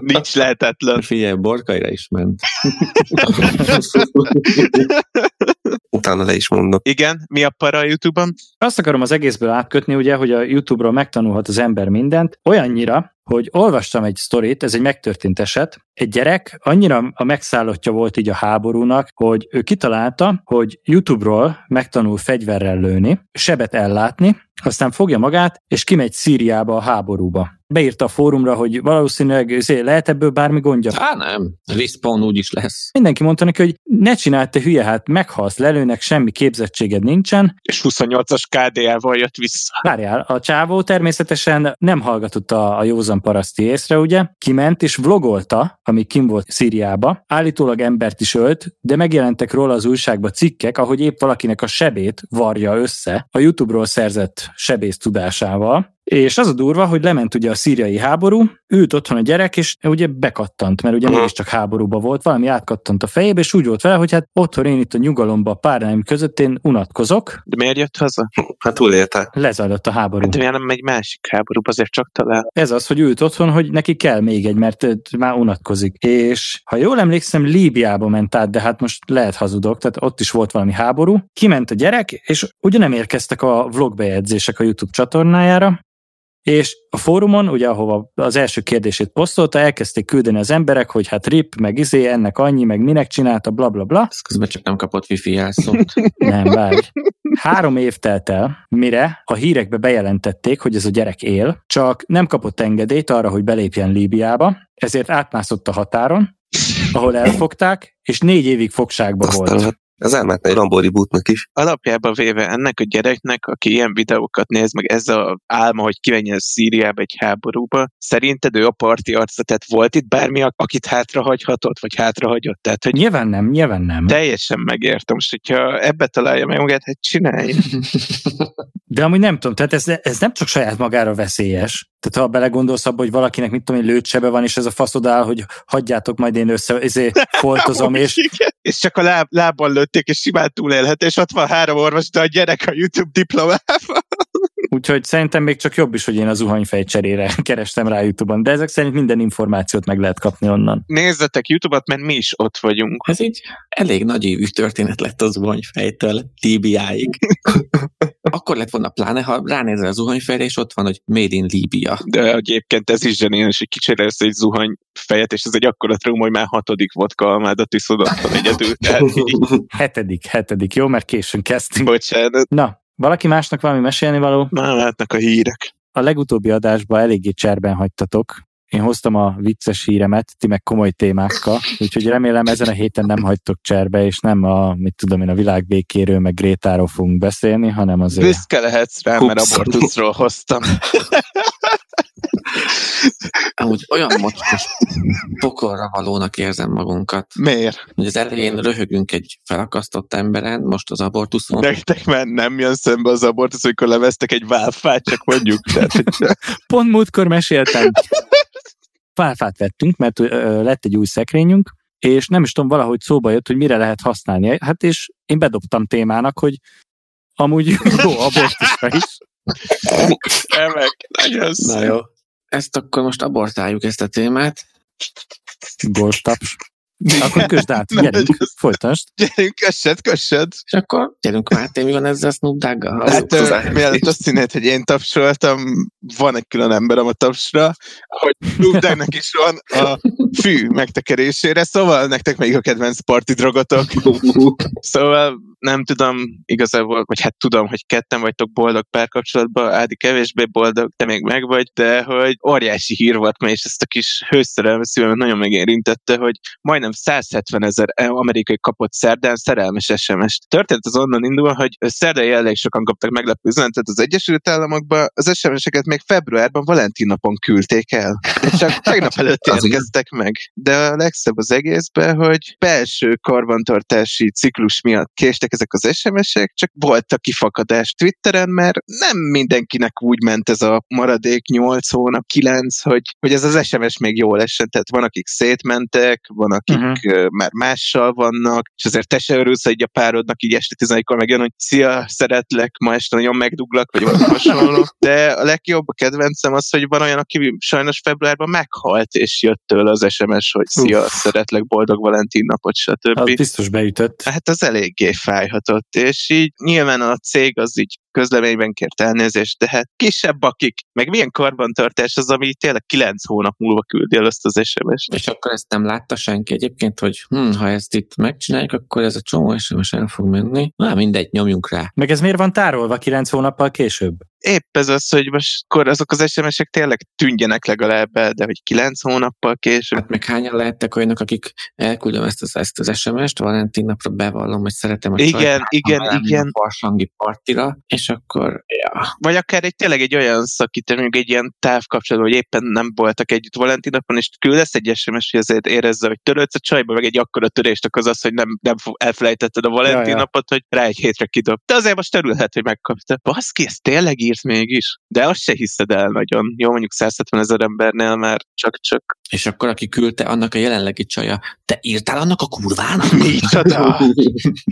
S3: Nincs lehetetlen.
S2: figyelj, borkaira is ment.
S4: Utána le is mondok.
S3: Igen, mi a para a YouTube-on?
S1: Azt akarom az egészből átkötni, ugye, hogy a YouTube-ról megtanulhat az ember mindent, olyannyira, hogy olvastam egy sztorit, ez egy megtörtént eset, egy gyerek annyira a megszállottja volt így a háborúnak, hogy ő kitalálta, hogy YouTube-ról megtanul fegyverrel lőni, sebet ellátni, aztán fogja magát, és kimegy Szíriába a háborúba. Beírta a fórumra, hogy valószínűleg izé, lehet ebből bármi gondja.
S2: Hát nem, respawn úgy is lesz.
S1: Mindenki mondta neki, hogy ne csináld te hülye, hát meghalsz, lelőnek, semmi képzettséged nincsen,
S3: És 28-as KDL-val jött vissza.
S1: Várjál, a csávó természetesen nem hallgatott a, a józan paraszti észre, ugye? Kiment és vlogolta, ami kim volt Szíriába. Állítólag embert is ölt, de megjelentek róla az újságba cikkek, ahogy épp valakinek a sebét varja össze a YouTube-ról szerzett sebész tudásával. És az a durva, hogy lement ugye a szíriai háború, ült otthon a gyerek, és ugye bekattant, mert ugye
S4: Aha.
S1: mégiscsak háborúba volt, valami átkattant a fejébe, és úgy volt vele, hogy hát otthon én itt a nyugalomba a párnáim között én unatkozok,
S3: De miért jött haza?
S4: Hát túlélte.
S1: lezajlott a háború.
S3: Hát miért nem megy másik háborúba, azért csak talál.
S1: ez az, hogy ült otthon, hogy neki kell még egy, mert őt már unatkozik. És ha jól emlékszem, Líbiába ment át, de hát most lehet hazudok, tehát ott is volt valami háború. Kiment a gyerek, és ugye nem érkeztek a vlogbejegyzések a YouTube csatornájára, és a fórumon, ugye ahova az első kérdését posztolta, elkezdték küldeni az emberek, hogy hát rip, meg izé, ennek annyi, meg minek csinálta, bla bla bla.
S2: Ez közben csak nem kapott wifi jelszót.
S1: Nem, várj. Három év telt el, mire a hírekbe bejelentették, hogy ez a gyerek él, csak nem kapott engedélyt arra, hogy belépjen Líbiába, ezért átmászott a határon, ahol elfogták, és négy évig fogságban
S4: Aztán
S1: volt.
S4: hát az elmehetne egy Rambó rebootnak is.
S3: alapjába véve ennek a gyereknek, aki ilyen videókat néz, meg ez a álma, hogy kimenjen Szíriába egy háborúba, szerinted ő a parti arca, tehát volt itt bármi, akit hátrahagyhatott, vagy hátrahagyott, tehát hogy
S1: Nyilván nem, nyilván nem.
S3: teljesen megértem, most hogyha ebbe találja meg magát, hát csinálj.
S1: De amúgy nem tudom, tehát ez, ez nem csak saját magára veszélyes. Tehát ha belegondolsz abba, hogy valakinek, mit tudom én, lőtsebe van, és ez a faszod áll, hogy hagyjátok, majd én össze, izé, foltozom, és
S3: Igen. és csak a láb, lábban lőtték, és simán túlélhet, és ott van három orvos, de a gyerek a YouTube diplomával.
S1: Úgyhogy szerintem még csak jobb is, hogy én a zuhanyfej cserére kerestem rá YouTube-on, de ezek szerint minden információt meg lehet kapni onnan.
S3: Nézzetek YouTube-ot, mert mi is ott vagyunk.
S2: Ez így elég nagy évű történet lett az zuhanyfejtől Líbiáig. Akkor lett volna pláne, ha ránézel a zuhanyfejre, és ott van, hogy Made in Líbia.
S3: De egyébként ez is zseniális, hogy kicserélsz egy zuhany fejet, és ez egy akkora trauma, hogy már hatodik vodka almádat iszod otthon egyedül. Tehát így,
S1: Hetedik, hetedik, jó, mert későn kezdtünk.
S3: bocsánat,
S1: Na, valaki másnak valami mesélni való?
S3: már látnak a hírek.
S1: A legutóbbi adásban eléggé cserben hagytatok. Én hoztam a vicces híremet, ti meg komoly témákkal, úgyhogy remélem ezen a héten nem hagytok cserbe, és nem a, mit tudom én, a világ békéről, meg Grétáról fogunk beszélni, hanem azért.
S3: Büszke lehetsz rá, mert
S4: Ups.
S3: abortuszról hoztam.
S2: Amúgy olyan mocskos pokolra valónak érzem magunkat,
S3: Miért?
S2: hogy az elején röhögünk egy felakasztott emberen, most az abortuszon.
S3: Nektek már nem jön szembe az abortusz, amikor levesztek egy válfát, csak mondjuk. Tehát, hogy
S1: Pont múltkor meséltem. Fáfát vettünk, mert ö, ö, lett egy új szekrényünk, és nem is tudom, valahogy szóba jött, hogy mire lehet használni. Hát és én bedobtam témának, hogy amúgy jó abortuszra is.
S3: remek, nagyon
S2: Na
S3: szép.
S2: jó. Ezt akkor most abortáljuk ezt a témát.
S1: Golstaps. Akkor közd át, gyerünk, folytasd.
S3: Gyerünk, kössed, kössed.
S2: És akkor gyerünk, Máté, mi van ezzel a Snoop Dogg-gal?
S3: Hát
S2: Halljuk az
S3: ö, mielőtt azt hinnéd, hogy én tapsoltam, van egy külön emberem a tapsra, hogy Lubdának is van a fű megtekerésére, szóval nektek még a kedvenc parti drogotok. Szóval nem tudom igazából, vagy hát tudom, hogy ketten vagytok boldog párkapcsolatban, Ádi kevésbé boldog, te még meg vagy, de hogy óriási hír volt ma, és ezt a kis hőszerelme szívemet nagyon megérintette, hogy majdnem majdnem 170 ezer amerikai kapott szerdán szerelmes SMS-t. Történt az onnan indul, hogy szerdai elég sokan kaptak meglepő üzenetet az Egyesült Államokba, az SMS-eket még februárban Valentin napon küldték el. És csak tegnap előtt
S4: Az igen.
S3: érkeztek meg. De a legszebb az egészben, hogy belső karbantartási ciklus miatt késtek ezek az SMS-ek, csak volt a kifakadás Twitteren, mert nem mindenkinek úgy ment ez a maradék 8 hónap, 9, hogy, hogy ez az SMS még jól esett. Tehát van, akik szétmentek, van, akik
S1: Mhm.
S3: ö, már mással vannak, és azért te se örülsz egy a párodnak így este 11-kor megjön, hogy szia, szeretlek, ma este nagyon megduglak, vagy valami hasonló. De a legjobb, a kedvencem az, hogy van olyan, aki sajnos februárban meghalt, és jött tőle az SMS, hogy szia, szeretlek, boldog Valentin napot,
S1: Az
S3: stb.
S1: biztos beütött.
S3: Hát az eléggé fájhatott, és így nyilván a cég az így közleményben kért elnézést, de hát kisebb akik, meg milyen karbantartás az, ami tényleg kilenc hónap múlva küldi el azt az SMS-t.
S2: És akkor ezt nem látta senki egyébként, hogy hm, ha ezt itt megcsináljuk, akkor ez a csomó SMS el fog menni. Na mindegy, nyomjunk rá.
S1: Meg ez miért van tárolva kilenc hónappal később?
S3: épp ez az, hogy most akkor azok az SMS-ek tényleg tűnjenek legalább el, de hogy kilenc hónappal később.
S2: Hát meg hányan lehettek olyanok, akik elküldöm ezt az, ezt az SMS-t, Valentin napra bevallom, hogy szeretem a
S3: Igen,
S2: csajt,
S3: igen,
S2: elmegyünk
S3: igen.
S2: A farsangi partira, és akkor, ja,
S3: Vagy akár egy tényleg egy olyan szakít, mondjuk egy ilyen távkapcsolatban, hogy éppen nem voltak együtt Valentin napon, és küldesz egy SMS, hogy azért érezze, hogy törődsz a csajba, meg egy akkora törést okoz az, hogy nem, nem fo- elfelejtetted a Valentin
S1: Ja, ja.
S3: napot, hogy rá egy hétre kidob. De azért most törülhet, hogy megkapta. Baszki, ez tényleg írt mégis. De azt se hiszed el nagyon. Jó, mondjuk 170 ezer embernél már csak-csak.
S2: és akkor aki küldte, annak a jelenlegi csaja, te írtál annak a kurvának?
S3: Micsoda!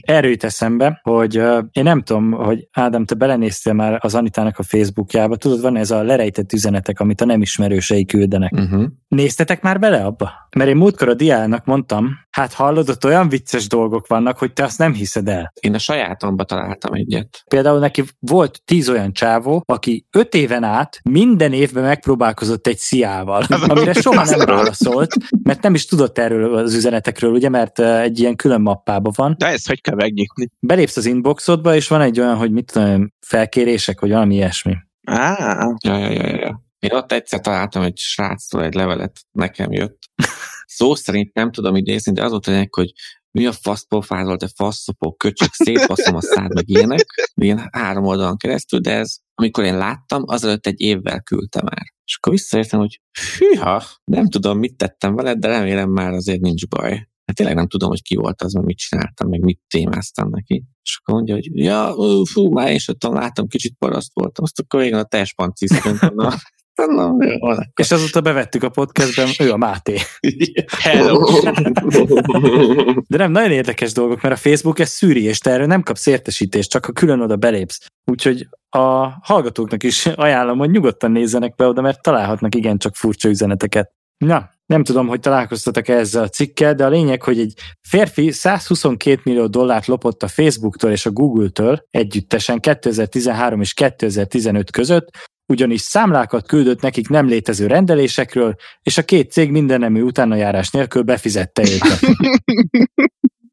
S1: Erről jut eszembe, hogy uh, én nem tudom, hogy Ádám, te belenéztél már az Anitának a Facebookjába, tudod, van ez a lerejtett üzenetek, amit a nem ismerősei küldenek.
S2: Uh-huh.
S1: Néztetek már bele abba? Mert én múltkor a diának mondtam, hát hallod, ott olyan vicces dolgok vannak, hogy te azt nem hiszed el.
S2: Én a sajátomba találtam egyet.
S1: Például neki volt tíz olyan csávó, aki öt éven át minden évben megpróbálkozott egy sziával, amire soha nem válaszolt, mert nem is tudott erről az üzenetekről, ugye, mert eh, egy ilyen külön mappában van,
S3: De ezt hogy kell megnyitni?
S1: belépsz az inboxodba, és van egy olyan, hogy mit tudom, én, felkérések, vagy valami ilyesmi.
S3: Á,
S2: Ja, ja, ja, ja, ja. Én ott egyszer találtam egy sráctól egy levelet, nekem jött. Szó szerint nem tudom idézni, de az volt a lényeg, hogy mi a faszpofázol, te faszopó, köcsök, szétbaszom a szád, meg ilyenek, ilyen három oldalon keresztül, de ez, amikor én láttam, azelőtt egy évvel küldte már. És akkor visszaértem, hogy hűha, nem tudom, mit tettem veled, de remélem már azért nincs baj. Hát tényleg nem tudom, hogy ki volt az, meg mit csináltam, meg mit témáztam neki. És akkor mondja, hogy ja, ú, fú, már én sem tudom, láttam, kicsit paraszt voltam, azt akkor végül a teljes pancízt mondtam, na, mondom, jó, van.
S1: És azóta bevettük a podcastben, ő a Máté.
S3: hello!
S1: De nem, nagyon érdekes dolgok, mert a Facebook ezt szűri, és te erről nem kapsz értesítést, csak ha külön oda belépsz. Úgyhogy a hallgatóknak is ajánlom, hogy nyugodtan nézzenek be oda, mert találhatnak igencsak furcsa üzeneteket. Na, nem tudom, hogy találkoztatok ezzel a cikkel, de a lényeg, hogy egy férfi 122 millió dollárt lopott a Facebooktól és a Google-től együttesen 2013 és 2015 között, ugyanis számlákat küldött nekik nem létező rendelésekről, és a két cég mindennemű utánajárás nélkül befizette őket.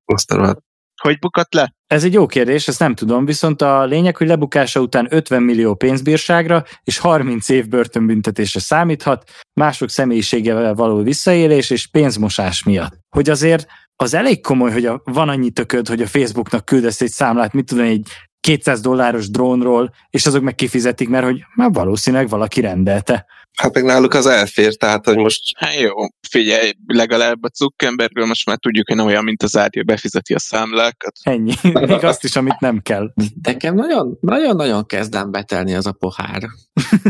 S4: Azt a rohadt.
S3: Hogy bukott le?
S1: Ez egy jó kérdés, ezt nem tudom, viszont a lényeg, hogy lebukása után 50 millió pénzbírságra és 30 év börtönbüntetése számíthat, mások személyiségevel való visszaélés és pénzmosás miatt. Hogy azért az elég komoly, hogy a, van annyi tököd, hogy a Facebooknak küldesz egy számlát, mit tudom, én, egy 200 dolláros drónról, és azok meg kifizetik, mert hogy már valószínűleg valaki rendelte.
S4: Hát meg náluk az elfér, tehát hogy most
S3: Hát jó, figyelj, legalább a Zuckerbergről most már tudjuk, hogy nem olyan, mint az átja, befizeti a számlákat.
S1: Ennyi. Még azt is, amit nem kell.
S2: Nekem nagyon, nagyon-nagyon kezdem betelni az a pohár.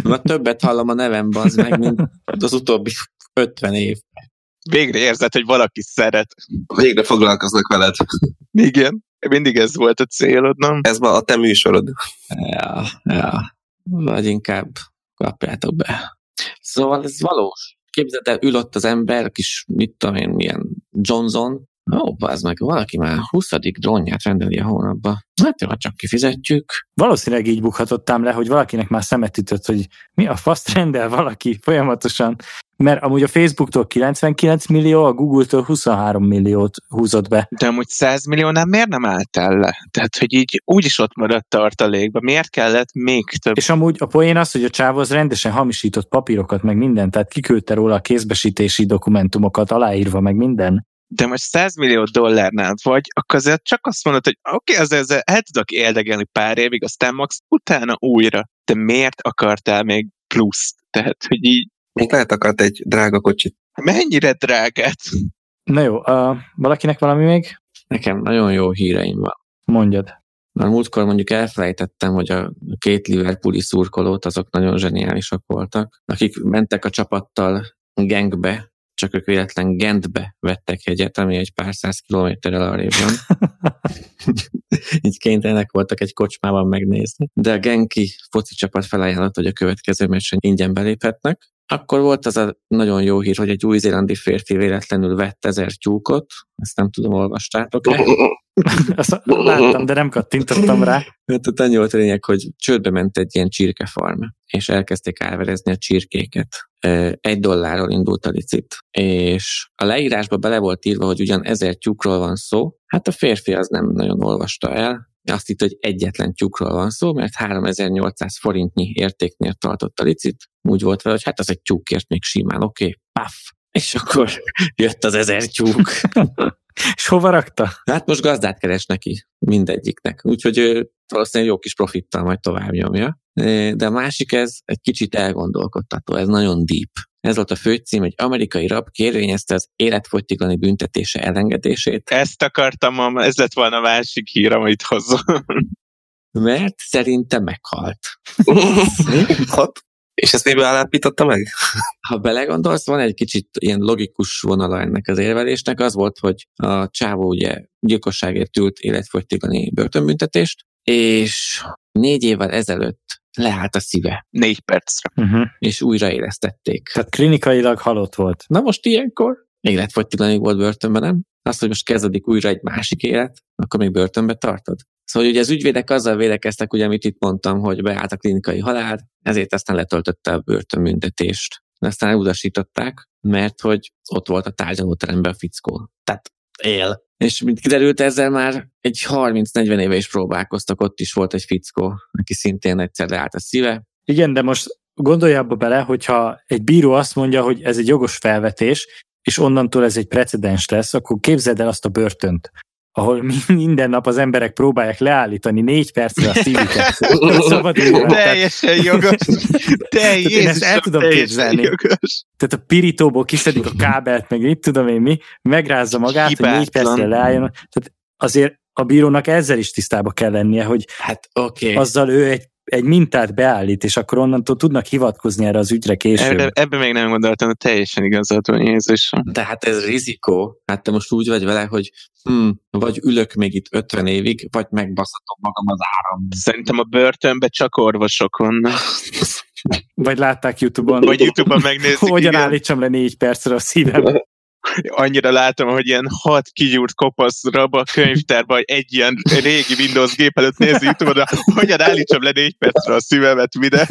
S2: Na többet hallom a nevem, az meg, mint az utóbbi 50 év.
S3: Végre érzed, hogy valaki szeret.
S4: végre foglalkoznak veled.
S3: Igen, mindig ez volt a célod, nem?
S4: Ez ma a te műsorod.
S2: Ja, ja. Vagy inkább kapjátok be. Szóval ez valós. Képzeld el, ül ott az ember, kis, mit tudom én, milyen Johnson. Ó, az meg valaki már 20. drónját rendeli a hónapba. Hát jó, ha csak kifizetjük.
S1: Valószínűleg így bukhatottam le, hogy valakinek már szemet ütött, hogy mi a faszt rendel valaki folyamatosan. Mert amúgy a Facebooktól 99 millió, a Google-től 23 milliót húzott be.
S3: De amúgy 100 milliónál miért nem álltál le? Tehát, hogy így úgyis ott maradt tartalékban. Miért kellett még több?
S1: És amúgy a poén az, hogy a csávó az rendesen hamisított papírokat, meg mindent, tehát kiküldte róla a kézbesítési dokumentumokat, aláírva, meg minden.
S3: de most 100 millió dollárnál vagy, akkor azért csak azt mondod, hogy oké, okay, ezzel, ezzel el tudok érdekelni pár évig, aztán max utána újra. De miért akartál még pluszt? Tehát, hogy így
S4: Még lehet akart egy drága kocsit.
S3: mennyire drágát?
S1: Na jó, uh, valakinek valami még?
S2: Nekem nagyon jó híreim van.
S1: Mondjad.
S2: Már múltkor mondjuk elfelejtettem, hogy a két Liverpooli szurkolót azok nagyon zseniálisak voltak, akik mentek a csapattal gengbe, csak ők véletlen Gentbe vettek jegyet, ami egy pár száz kilométerrel arrébb van. Így kénytelenek voltak egy kocsmában megnézni. De a Genki foci csapat felajánlott, hogy a következő meccsen ingyen beléphetnek. Akkor volt az a nagyon jó hír, hogy egy új-zélandi férfi véletlenül vett ezer tyúkot, ezt nem tudom, olvastátok-e?
S1: Azt láttam, de nem kattintottam rá.
S2: Hát ott annyi volt a lényeg, hogy csődbe ment egy ilyen csirkefarm, és elkezdték árverezni a csirkéket. Ö, Egy dollárról indult a licit, és a leírásba bele volt írva, hogy ugyan ezer tyúkról van szó, hát a férfi az nem nagyon olvasta el, azt itt, hogy egyetlen tyúkról van szó, mert 3800 forintnyi értéknél tartott a licit, úgy volt vele, hogy hát az egy tyúkért még simán, oké, okay, paf, és akkor jött az ezer tyúk.
S1: És hova rakta?
S2: Hát most gazdát keres neki mindegyiknek, úgyhogy ő valószínűleg jó kis profittal majd tovább nyomja. Eh, De a másik ez egy kicsit elgondolkodtató, ez nagyon deep. Ez volt a főcím, egy amerikai rab kérvényezte az életfogytiglani büntetése elengedését,
S3: Ezt akartam, am- ez lett volna a másik hír, amit hozom.
S2: mert szerinte meghalt.
S4: Hat. És ezt miből állapította meg?
S2: ha belegondolsz, van egy kicsit ilyen logikus vonala ennek az érvelésnek, az volt, hogy a csávó ugye gyilkosságért ült életfogytiglani börtönbüntetést, és négy évvel ezelőtt leállt a szíve,
S3: Négy percre.
S1: Uh-huh.
S2: és újraélesztették.
S1: Tehát klinikailag halott volt.
S2: Na most ilyenkor életfogytiglanig volt börtönben, nem? Az, hogy most kezdődik újra egy másik élet, akkor még börtönbe tartod. Szóval ugye az ügyvédek azzal védekeztek, ugye amit itt mondtam, hogy beállt a klinikai halál, ezért aztán letöltötte a börtönbüntetést. Aztán elutasították, mert hogy ott volt a tárgyalóteremben a fickó. Tehát él. És mint kiderült, ezzel már egy 30-40 éve is próbálkoztak, ott is volt egy fickó, aki szintén egyszer leállt a szíve,
S1: Igen, de most gondolj abba bele, hogyha egy bíró azt mondja, hogy ez egy jogos felvetés, és onnantól ez egy precedens lesz, akkor képzeld el azt a börtönt, ahol mi- minden nap az emberek próbálják leállítani négy percre a szívüket. Szabad élet. tehát,
S3: Teljesen jogos. Te
S1: én ezt
S3: Jézusom,
S1: el tudom
S3: teljesen
S1: képzelni.
S3: Jogos.
S1: tehát a pirítóból kiszedik a kábelt, meg mit tudom én mi, megrázza magát, hogy négy
S3: Hibátlan.
S1: percre leálljon. Tehát azért a bírónak ezzel is tisztába kell lennie, hogy
S2: Hát oké. Okay.
S1: azzal ő egy, egy mintát beállít, és akkor onnantól tudnak hivatkozni erre az ügyre később.
S3: Erre, ebben még nem gondoltam, de teljesen igazad van Jézusom.
S2: De hát ez rizikó. Hát te most úgy vagy vele, hogy hm, vagy ülök még itt 50 évig, vagy megbaszhatom magam az áramban.
S3: Szerintem a börtönben csak orvosok vannak.
S1: Vagy látták YouTube-on.
S3: Vagy Youtube-on megnézik.
S1: Hogyan
S3: igen.
S1: állítsam le négy percre a szívem?
S3: Annyira látom, hogy ilyen hat kigyúrt kopasz rab a könyvtárban, hogy egy ilyen régi Windows gép előtt nézi Youtube-on, hogyan állítsam le négy percre a szívemet ide.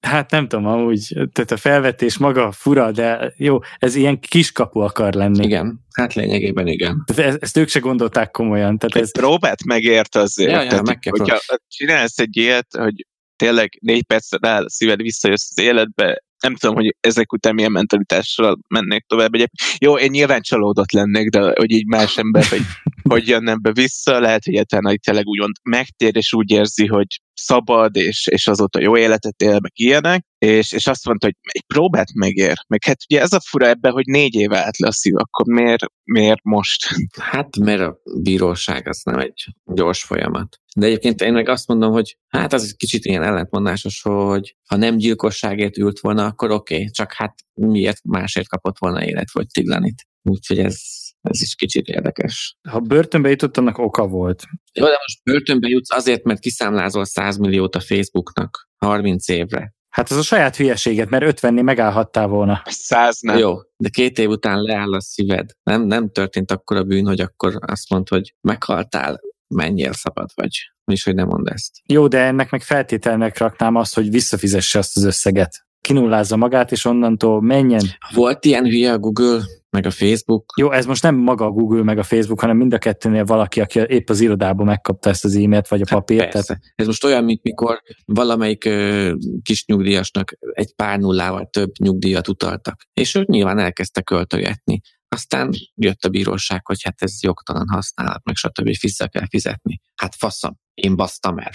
S1: Hát nem tudom, amúgy, tehát a felvetés maga fura, de jó, ez ilyen kiskapu akar lenni.
S2: Igen, hát lényegében igen.
S1: Tehát e- ezt ők se gondolták komolyan. Tehát
S3: Ez
S1: ez,
S3: próbát megért azért.
S2: Ja, ja,
S3: Tehát,
S2: meg kell
S3: hogyha csinálsz egy ilyet, hogy tényleg négy percet áll a szíved, visszajössz az életbe, nem tudom, hogy ezek után milyen mentalitással mennék tovább. Egyéb. Jó, én nyilván csalódott lennék, de hogy így más ember, hogy hogy jönne be vissza, lehet, hogy egyáltalán így tényleg úgymond megtér, és úgy érzi, hogy szabad, és, és azóta jó életet él, meg ilyenek, és, és azt mondta, hogy egy próbát megér. Meg hát ugye ez a fura ebben, hogy négy éve állt le a szív, akkor miért, miért most?
S2: Hát mert a bíróság az nem egy gyors folyamat. De egyébként én meg azt mondom, hogy hát az egy kicsit ilyen ellentmondásos, hogy ha nem gyilkosságért ült volna, akkor oké, okay, csak hát miért másért kapott volna élet vagy tiglanit. Úgyhogy ez, ez is kicsit érdekes.
S1: ha börtönbe jutott, annak oka volt.
S2: Jó, de most börtönbe jutsz azért, mert kiszámlázol 100 milliót a Facebooknak 30 évre.
S1: Hát ez a saját hülyeséget, mert 50 megállhattál volna.
S3: Száz nem.
S2: Nem. Jó, de két év után leáll a szíved. Nem, nem történt akkor a bűn, hogy akkor azt mondd, hogy meghaltál, menjél szabad vagy. És hogy nem mondd ezt.
S1: Jó, de ennek meg feltételnek raknám azt, hogy visszafizesse azt az összeget. Kinullázza magát, és onnantól menjen.
S2: Volt ilyen hülye a Google, meg a Facebook?
S1: Jó, ez most nem maga a Google meg a Facebook, hanem mind a kettőnél valaki, aki épp az irodában megkapta ezt az e-mailt, vagy a papírt. Tehát
S2: Persze. Ez most olyan, mint mikor valamelyik ö, kis nyugdíjasnak egy pár nullával több nyugdíjat utaltak. És ők nyilván elkezdtek költögetni. Aztán jött a bíróság, hogy hát ez jogtalan használat, meg stb. vissza kell fizetni. Hát faszom, én basztam el.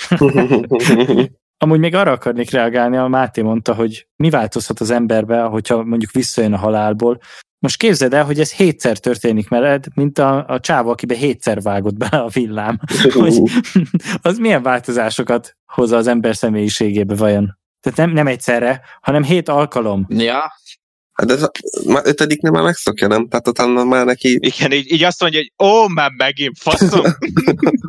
S1: Amúgy még arra akarnék reagálni, a Máté mondta, hogy mi változhat az emberbe, hogyha mondjuk visszajön a halálból. Most képzeld el, hogy ez hétszer történik veled, mint a, a csáva, akibe hétszer vágott bele a villám. Hogy az milyen változásokat hoz az ember személyiségébe vajon? Tehát nem, nem egyszerre, hanem hét alkalom.
S2: Ja,
S4: Hát ez a, már ötödiknél már megszokja, nem? Tehát utána már neki...
S3: Igen, így, így azt mondja, hogy ó, már megint faszom.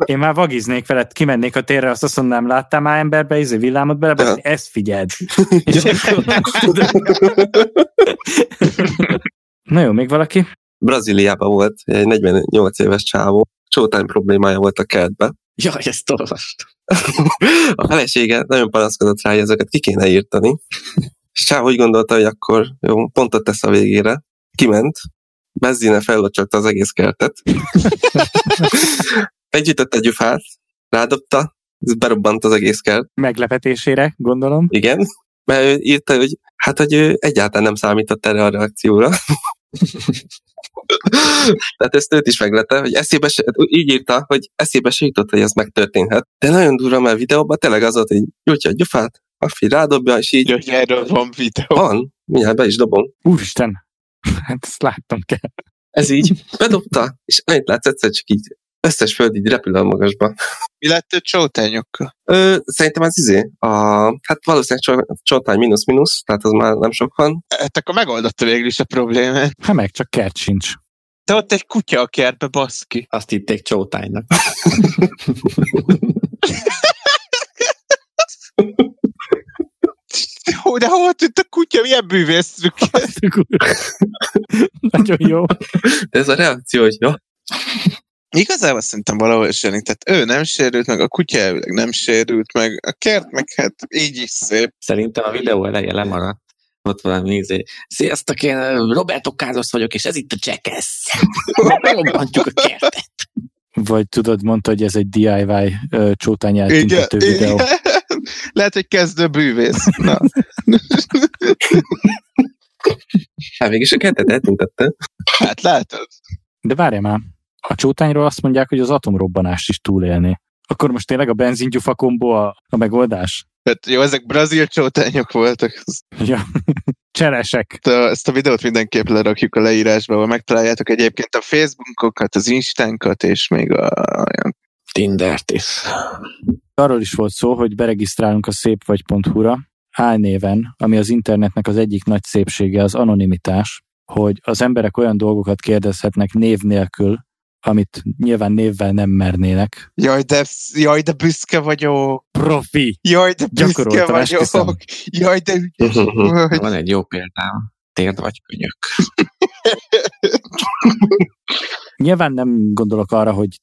S1: Én már vagiznék veled, kimennék a térre, azt azt mondanám, láttál már emberbe, izé villámot bele,
S4: Ja.
S1: ja. ezt figyeld. És akkor tudod. Na jó, még valaki?
S4: Brazíliában volt egy 48 éves csávó, showtime problémája volt a kertbe.
S2: jaj, ezt olvastam.
S4: A felesége nagyon panaszkodott rá, hogy ezeket ki kéne írtani. És Csáv úgy gondolta, hogy akkor jó, pontot tesz a végére. Kiment, benzine fellocsogta az egész kertet. Meggyűjtött egy gyufát, rádobta, ez berobbant az egész kert.
S1: Meglepetésére, gondolom.
S4: Igen, mert ő írta, hogy hát, hogy ő egyáltalán nem számított erre a reakcióra. Tehát ezt őt is meglete, hogy eszébe se, így írta, hogy eszébe se jutott, hogy ez megtörténhet. De nagyon durva, mert videóban tényleg az volt, hogy gyújtja a gyufát, a fi rádobja, és így
S3: Így, hogy erről van videó.
S4: van, mindjárt be is dobom.
S1: Úristen, hát ezt láttam kell.
S4: Ez így bedobta, és annyit látsz egyszer csak így összes föld így repül a magasba.
S3: Mi lett a csótányokkal?
S4: Ö, szerintem ez izé, a, hát valószínűleg cso- csótány mínusz-mínusz, tehát az már nem sok van.
S3: Hát akkor megoldotta végül is a problémát.
S1: Hát meg csak kert sincs.
S3: De ott egy kutya a kertbe, baszki.
S2: Azt hitték csótánynak.
S3: Hú, de hol tűnt a kutya? Milyen bűvészük?
S1: Nagyon jó.
S4: De ez a reakció, hogy ja,
S3: Igazából szerintem valahol zseni. Tehát ő nem sérült meg, a kutya elvileg nem sérült meg, a kert meg hát így is szép.
S2: Szerintem a videó eleje lemaradt. Ott valami izé. Sziasztok, én ö, Roberto Carlos vagyok, és ez itt a Jackass. Robbantjuk a kertet.
S1: Vagy tudod, mondta, hogy ez egy DIY ö, csótány eltüntető videó.
S3: Lehet, hogy kezdő bűvész. Na.
S4: Hát mégis a kettőt eltüntette.
S3: Hát látod?
S1: De várjál már, a csótányról azt mondják, hogy az atomrobbanást is túlélni. Akkor most tényleg a benzingyufa kombó a, a megoldás?
S3: Tehát jó, ezek brazil csótányok voltak.
S1: Ja, cseresek.
S3: Ezt a, ezt a videót mindenképp lerakjuk a leírásba, ahol megtaláljátok egyébként a Facebookokat, az Instánkat, és még a...
S2: Tindert is.
S1: Arról is volt szó, hogy beregisztrálunk a szépvagy.hu-ra, álnéven, ami az internetnek az egyik nagy szépsége, az anonimitás, hogy az emberek olyan dolgokat kérdezhetnek név nélkül, amit nyilván névvel nem mernének.
S3: Jaj, de, jaj, de büszke vagyok!
S1: Profi!
S3: Jaj, de büszke
S1: Gyakoroltam, esküszöm.
S3: vagyok! Jaj, de ügyes vagy!
S2: Van egy jó példám. Térd vagy könyök.
S1: Nyilván nem gondolok arra, hogy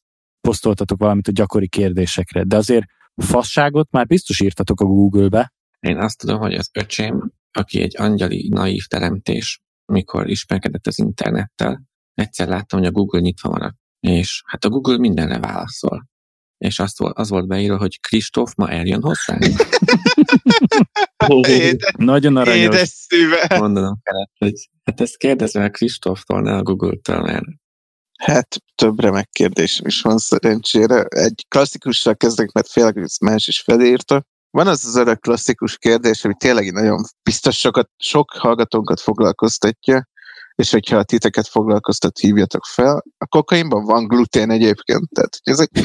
S1: posztoltatok valamit a gyakori kérdésekre, de azért fasságot már biztos írtatok a Google-be,
S2: Én azt tudom, hogy az öcsém, aki egy angyali naív teremtés, mikor ismerkedett az internettel, egyszer láttam, hogy a Google nyitva van, és hát a Google mindenre válaszol. És azt volt, az volt beírva, hogy Kristóf ma eljön hozzánk.
S3: Édes,
S1: Nagyon aranyos.
S3: édes szíve!
S2: Mondanom kellett, hogy hát ezt kérdezve a Kristóftól, ne a Google-től, mert
S3: Hát több remek kérdésem is van szerencsére. Egy klasszikussal kezdek, mert félek, hogy ezt más is felírta. Van az az öreg klasszikus kérdés, ami tényleg így nagyon biztos sokat, sok hallgatónkat foglalkoztatja, és hogyha a titeket foglalkoztat, hívjatok fel. A kokainban van glutén egyébként, tehát hogy ez egy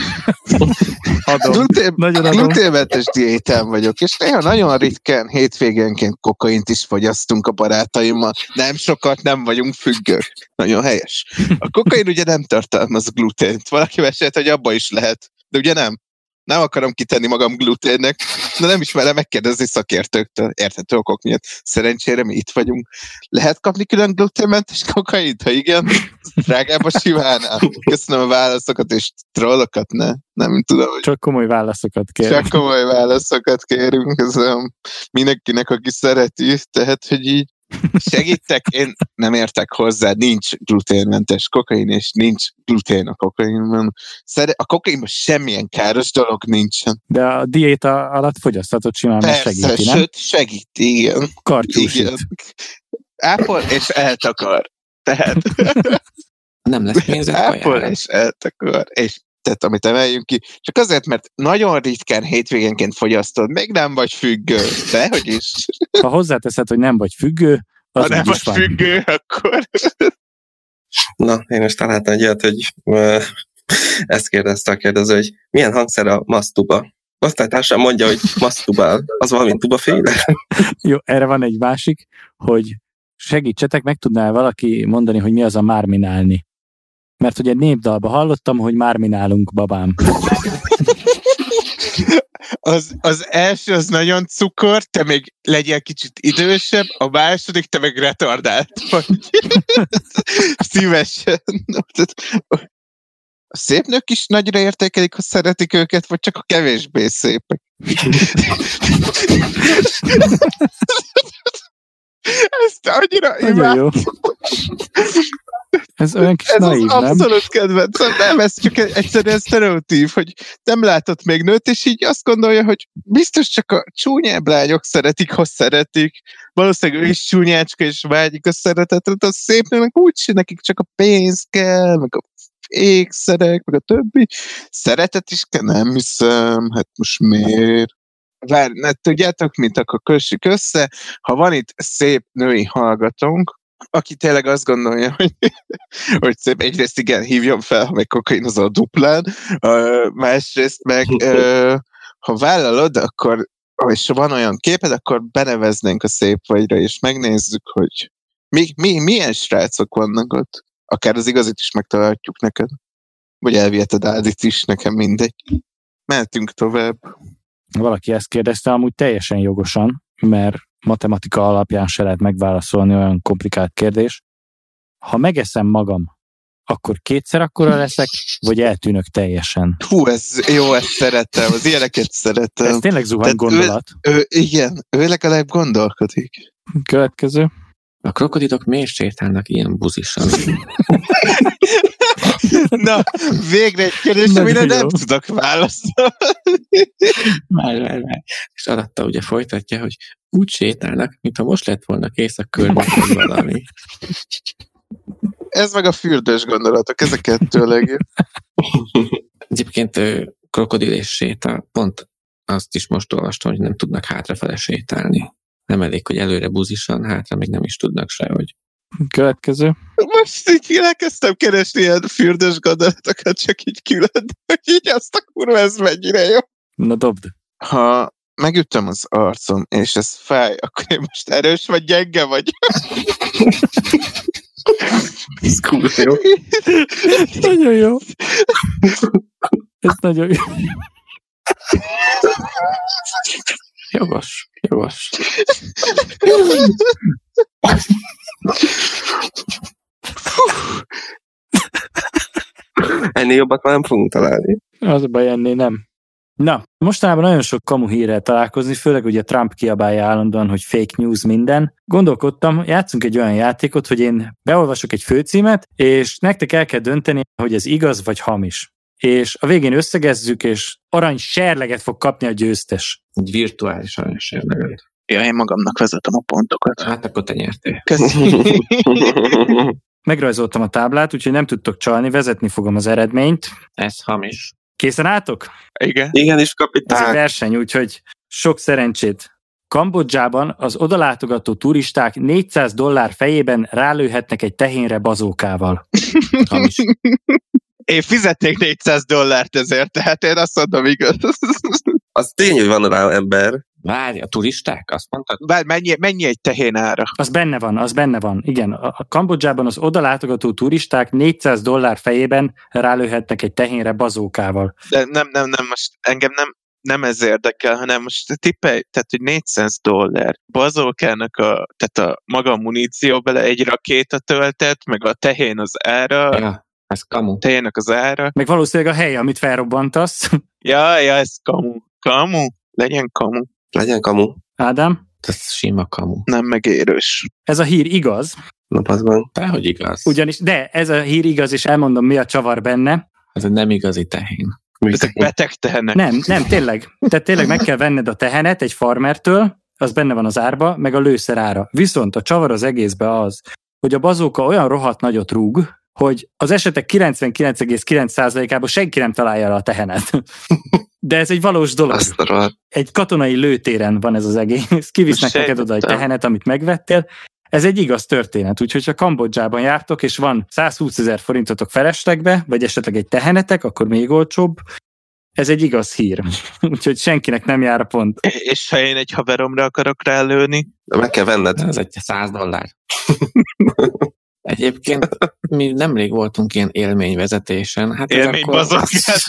S1: Adom.
S3: glutén,
S1: Nagyon adom.
S3: gluténmentes diétán vagyok, és néha nagyon ritkán hétvégénként kokaint is fogyasztunk a barátaimmal. Nem sokat, nem vagyunk függők. Nagyon helyes. A kokain ugye nem tartalmaz glutént. Valaki mesélt, hogy abba is lehet. De ugye nem. Nem akarom kitenni magam gluténnek, de nem is vele megkérdezni szakértőktől, érthető okok miatt. Szerencsére mi itt vagyunk. Lehet kapni külön gluténmentes kokaint? Ha igen, drágább a simánál. Köszönöm a válaszokat és trollokat, ne? Nem tudom, hogy
S1: Csak komoly válaszokat kérek.
S3: csak komoly válaszokat kérünk, ez um, mindenkinek, aki szereti, tehát, hogy így segítek, én nem értek hozzá, nincs gluténmentes kokain, és nincs glutén a kokainban. Szere- a kokainban semmilyen káros dolog nincsen.
S1: De a diéta alatt fogyasztatott simán mert
S3: Persze,
S1: segíti, nem?
S3: sőt, segít, igen.
S1: Karcsúsít.
S3: igen. Ápol és eltakar. tehet.
S2: Nem lesz pénzed kajára.
S3: Ápolás hát akkor, és tehát amit emeljünk ki, csak azért, mert nagyon ritkán hétvégenként fogyasztod, még nem vagy függő, de hogy is.
S1: Ha hozzáteszed, hogy nem vagy függő,
S3: Ha
S1: az
S3: nem
S1: nem
S3: vagy
S1: is van.
S3: függő, akkor
S4: Na, én most találtam egy olyat, hogy ö, ezt kérdezte a kérdező, hogy milyen hangszer a masztuba? Osztálytársam mondja, hogy masztubál. Az valami tubaféle?
S1: Jó, erre van egy másik, hogy segítsetek, meg tudná valaki mondani, hogy mi az a márminálni. Mert ugye népdalba hallottam, hogy márminálunk, babám.
S3: az, az első az nagyon cukor, te még legyél kicsit idősebb, a második te meg retardált vagy. Szívesen. A szép nők is nagyra értékelik, ha szeretik őket, vagy csak a kevésbé szépek. Ezt annyira
S1: Nagyon
S3: imádom.
S1: jó. Ez olyan kis
S3: Ez
S1: naív,
S3: az
S1: nem?
S3: abszolút kedvencem. Nem, ez csak egy- egyszerűen sztereotíp, hogy nem látott még nőt, és így azt gondolja, hogy biztos csak a csúnyább lányok szeretik, ha szeretik. Valószínűleg ő is csúnyácska, és vágyik a szeretetre, de a szép nőnek úgyse nekik csak a pénz kell, meg a ékszerek, meg a többi. Szeretet is kell, nem hiszem, hát most miért? Várj, ne tudjátok, mint akkor kössük össze, ha van itt szép női hallgatónk, aki tényleg azt gondolja, hogy hogy szép, egyrészt igen, hívjam fel, ha meg kokainozol duplán, ö, másrészt meg ö, ha vállalod, akkor és ha van olyan képed, akkor beneveznénk a szép vagyra, és megnézzük, hogy mi, mi, milyen srácok vannak ott. Akár az igazit is megtalálhatjuk neked. Vagy elviheted Ádit is, nekem mindegy. Mehetünk tovább.
S1: Valaki ezt kérdezte, amúgy teljesen jogosan, mert matematika alapján se lehet megválaszolni olyan komplikált kérdés. Ha megeszem magam, akkor kétszer akkora leszek, vagy eltűnök teljesen?
S3: Hú, ez jó, ezt szeretem, az ilyeneket
S1: Ez
S3: szeretem.
S1: tényleg zuhany
S3: Tehát ő-
S1: gondolat.
S3: Ő, igen, ő legalább gondolkodik.
S1: Következő.
S2: A krokodilok miért sétálnak ilyen buzisan?
S3: Na, végre egy kérdés,
S1: Nagyon
S3: amire
S1: jó.
S3: nem tudok válaszolni.
S2: Várj, várj, várj. És alatta ugye folytatja, hogy úgy sétálnak, mintha most lett volna kész a környéken valami.
S3: Ez meg a fürdős gondolatok, ez a kettő a legjobb.
S2: Egyébként ö, krokodil és séta, pont azt is most olvastam, hogy nem tudnak hátrafele sétálni. Nem elég, hogy előre buzisan, hátra még nem is tudnak se, hogy
S1: Következő.
S3: Most így elkezdtem keresni ilyen fürdős gondolatokat, csak így külön, hogy így azt a kurva, ez mennyire jó.
S1: Na dobd.
S3: Ha megütöm az arcom, és ez fáj, akkor én most erős vagy gyenge vagy.
S4: Ez kurva jó.
S1: Nagyon jó. Ez nagyon jó.
S2: jogos, jogos.
S4: Ennél jobbat már nem fogunk találni.
S1: Az a baj, ennél nem. Na, mostanában nagyon sok kamu hírrel találkozni, főleg ugye Trump kiabálja állandóan, hogy fake news minden. Gondolkodtam, játszunk egy olyan játékot, hogy én beolvasok egy főcímet, és nektek el kell dönteni, hogy ez igaz vagy hamis. És a végén összegezzük, és arany serleget fog kapni a győztes.
S2: Egy virtuális aranyosérleget.
S3: Ja, én magamnak vezetem a pontokat.
S2: Hát akkor te nyertél.
S3: Köszönöm.
S1: Megrajzoltam a táblát, úgyhogy nem tudtok csalni, vezetni fogom az eredményt.
S2: Ez hamis.
S1: Készen álltok?
S3: Igen.
S4: Igen is,
S1: Ez egy
S4: kapitány.
S1: verseny, úgyhogy sok szerencsét. Kambodzsában az odalátogató turisták 400 dollár fejében rálőhetnek egy tehénre bazókával.
S2: Hamis.
S3: Én fizetnék 400 dollárt ezért, tehát én azt mondom, igaz.
S4: Az tény, hogy van rá ember.
S2: Várj, a turisták? Azt mondtad?
S3: Bár mennyi, mennyi egy tehén ára?
S1: Az benne van, az benne van. Igen, a a Kambodzsában az odalátogató turisták 400 dollár fejében rálőhetnek egy tehénre bazókával.
S3: De nem, nem, nem, most engem nem, nem ez érdekel, hanem most tippelj, tehát hogy 400 dollár bazókának a, tehát a maga a muníció bele egy rakéta töltet, meg a tehén az ára, a
S2: Ja, ez kamu.
S3: tehének az ára.
S1: Meg valószínűleg a hely, amit felrobbantasz.
S3: Ja, ja, ez kamu. Kamu? Legyen kamu.
S4: Legyen kamu.
S1: Ádám,
S2: Ez sima kamu.
S3: Nem megérős.
S1: ez a hír igaz,
S4: Napazban.
S2: Dehogy igaz.
S1: ugyanis, de ez a hír igaz, és elmondom, mi a csavar benne.
S2: Ez egy nem igazi tehén.
S3: Ezek beteg tehenek.
S1: Nem, nem, tényleg. Tehát tényleg meg kell venned a tehenet egy farmertől, az benne van az árba, meg a lőszer ára. Viszont a csavar az egészbe az, hogy a bazóka olyan rohadt nagyot rúg, hogy az esetek 99,9%-ában senki nem találja el a tehenet. De ez egy valós dolog.
S4: Azt a rohadt.
S1: Egy katonai lőtéren van ez az egész. Kivisznek
S3: Sejtettem.
S1: neked oda egy tehenet, amit megvettél. Ez egy igaz történet, úgyhogy ha Kambodzsában jártok, és van 120 ezer forintotok feleslegbe, vagy esetleg egy tehenetek, akkor még olcsóbb. Ez egy igaz hír. Úgyhogy senkinek nem jár a pont.
S3: És ha én egy haveromra akarok rálőni,
S4: De meg kell venned.
S2: Ez egy 100 dollár. Egyébként mi nemrég voltunk ilyen élményvezetésen. Hát ez
S3: élmény
S2: akkor...
S3: bazogás.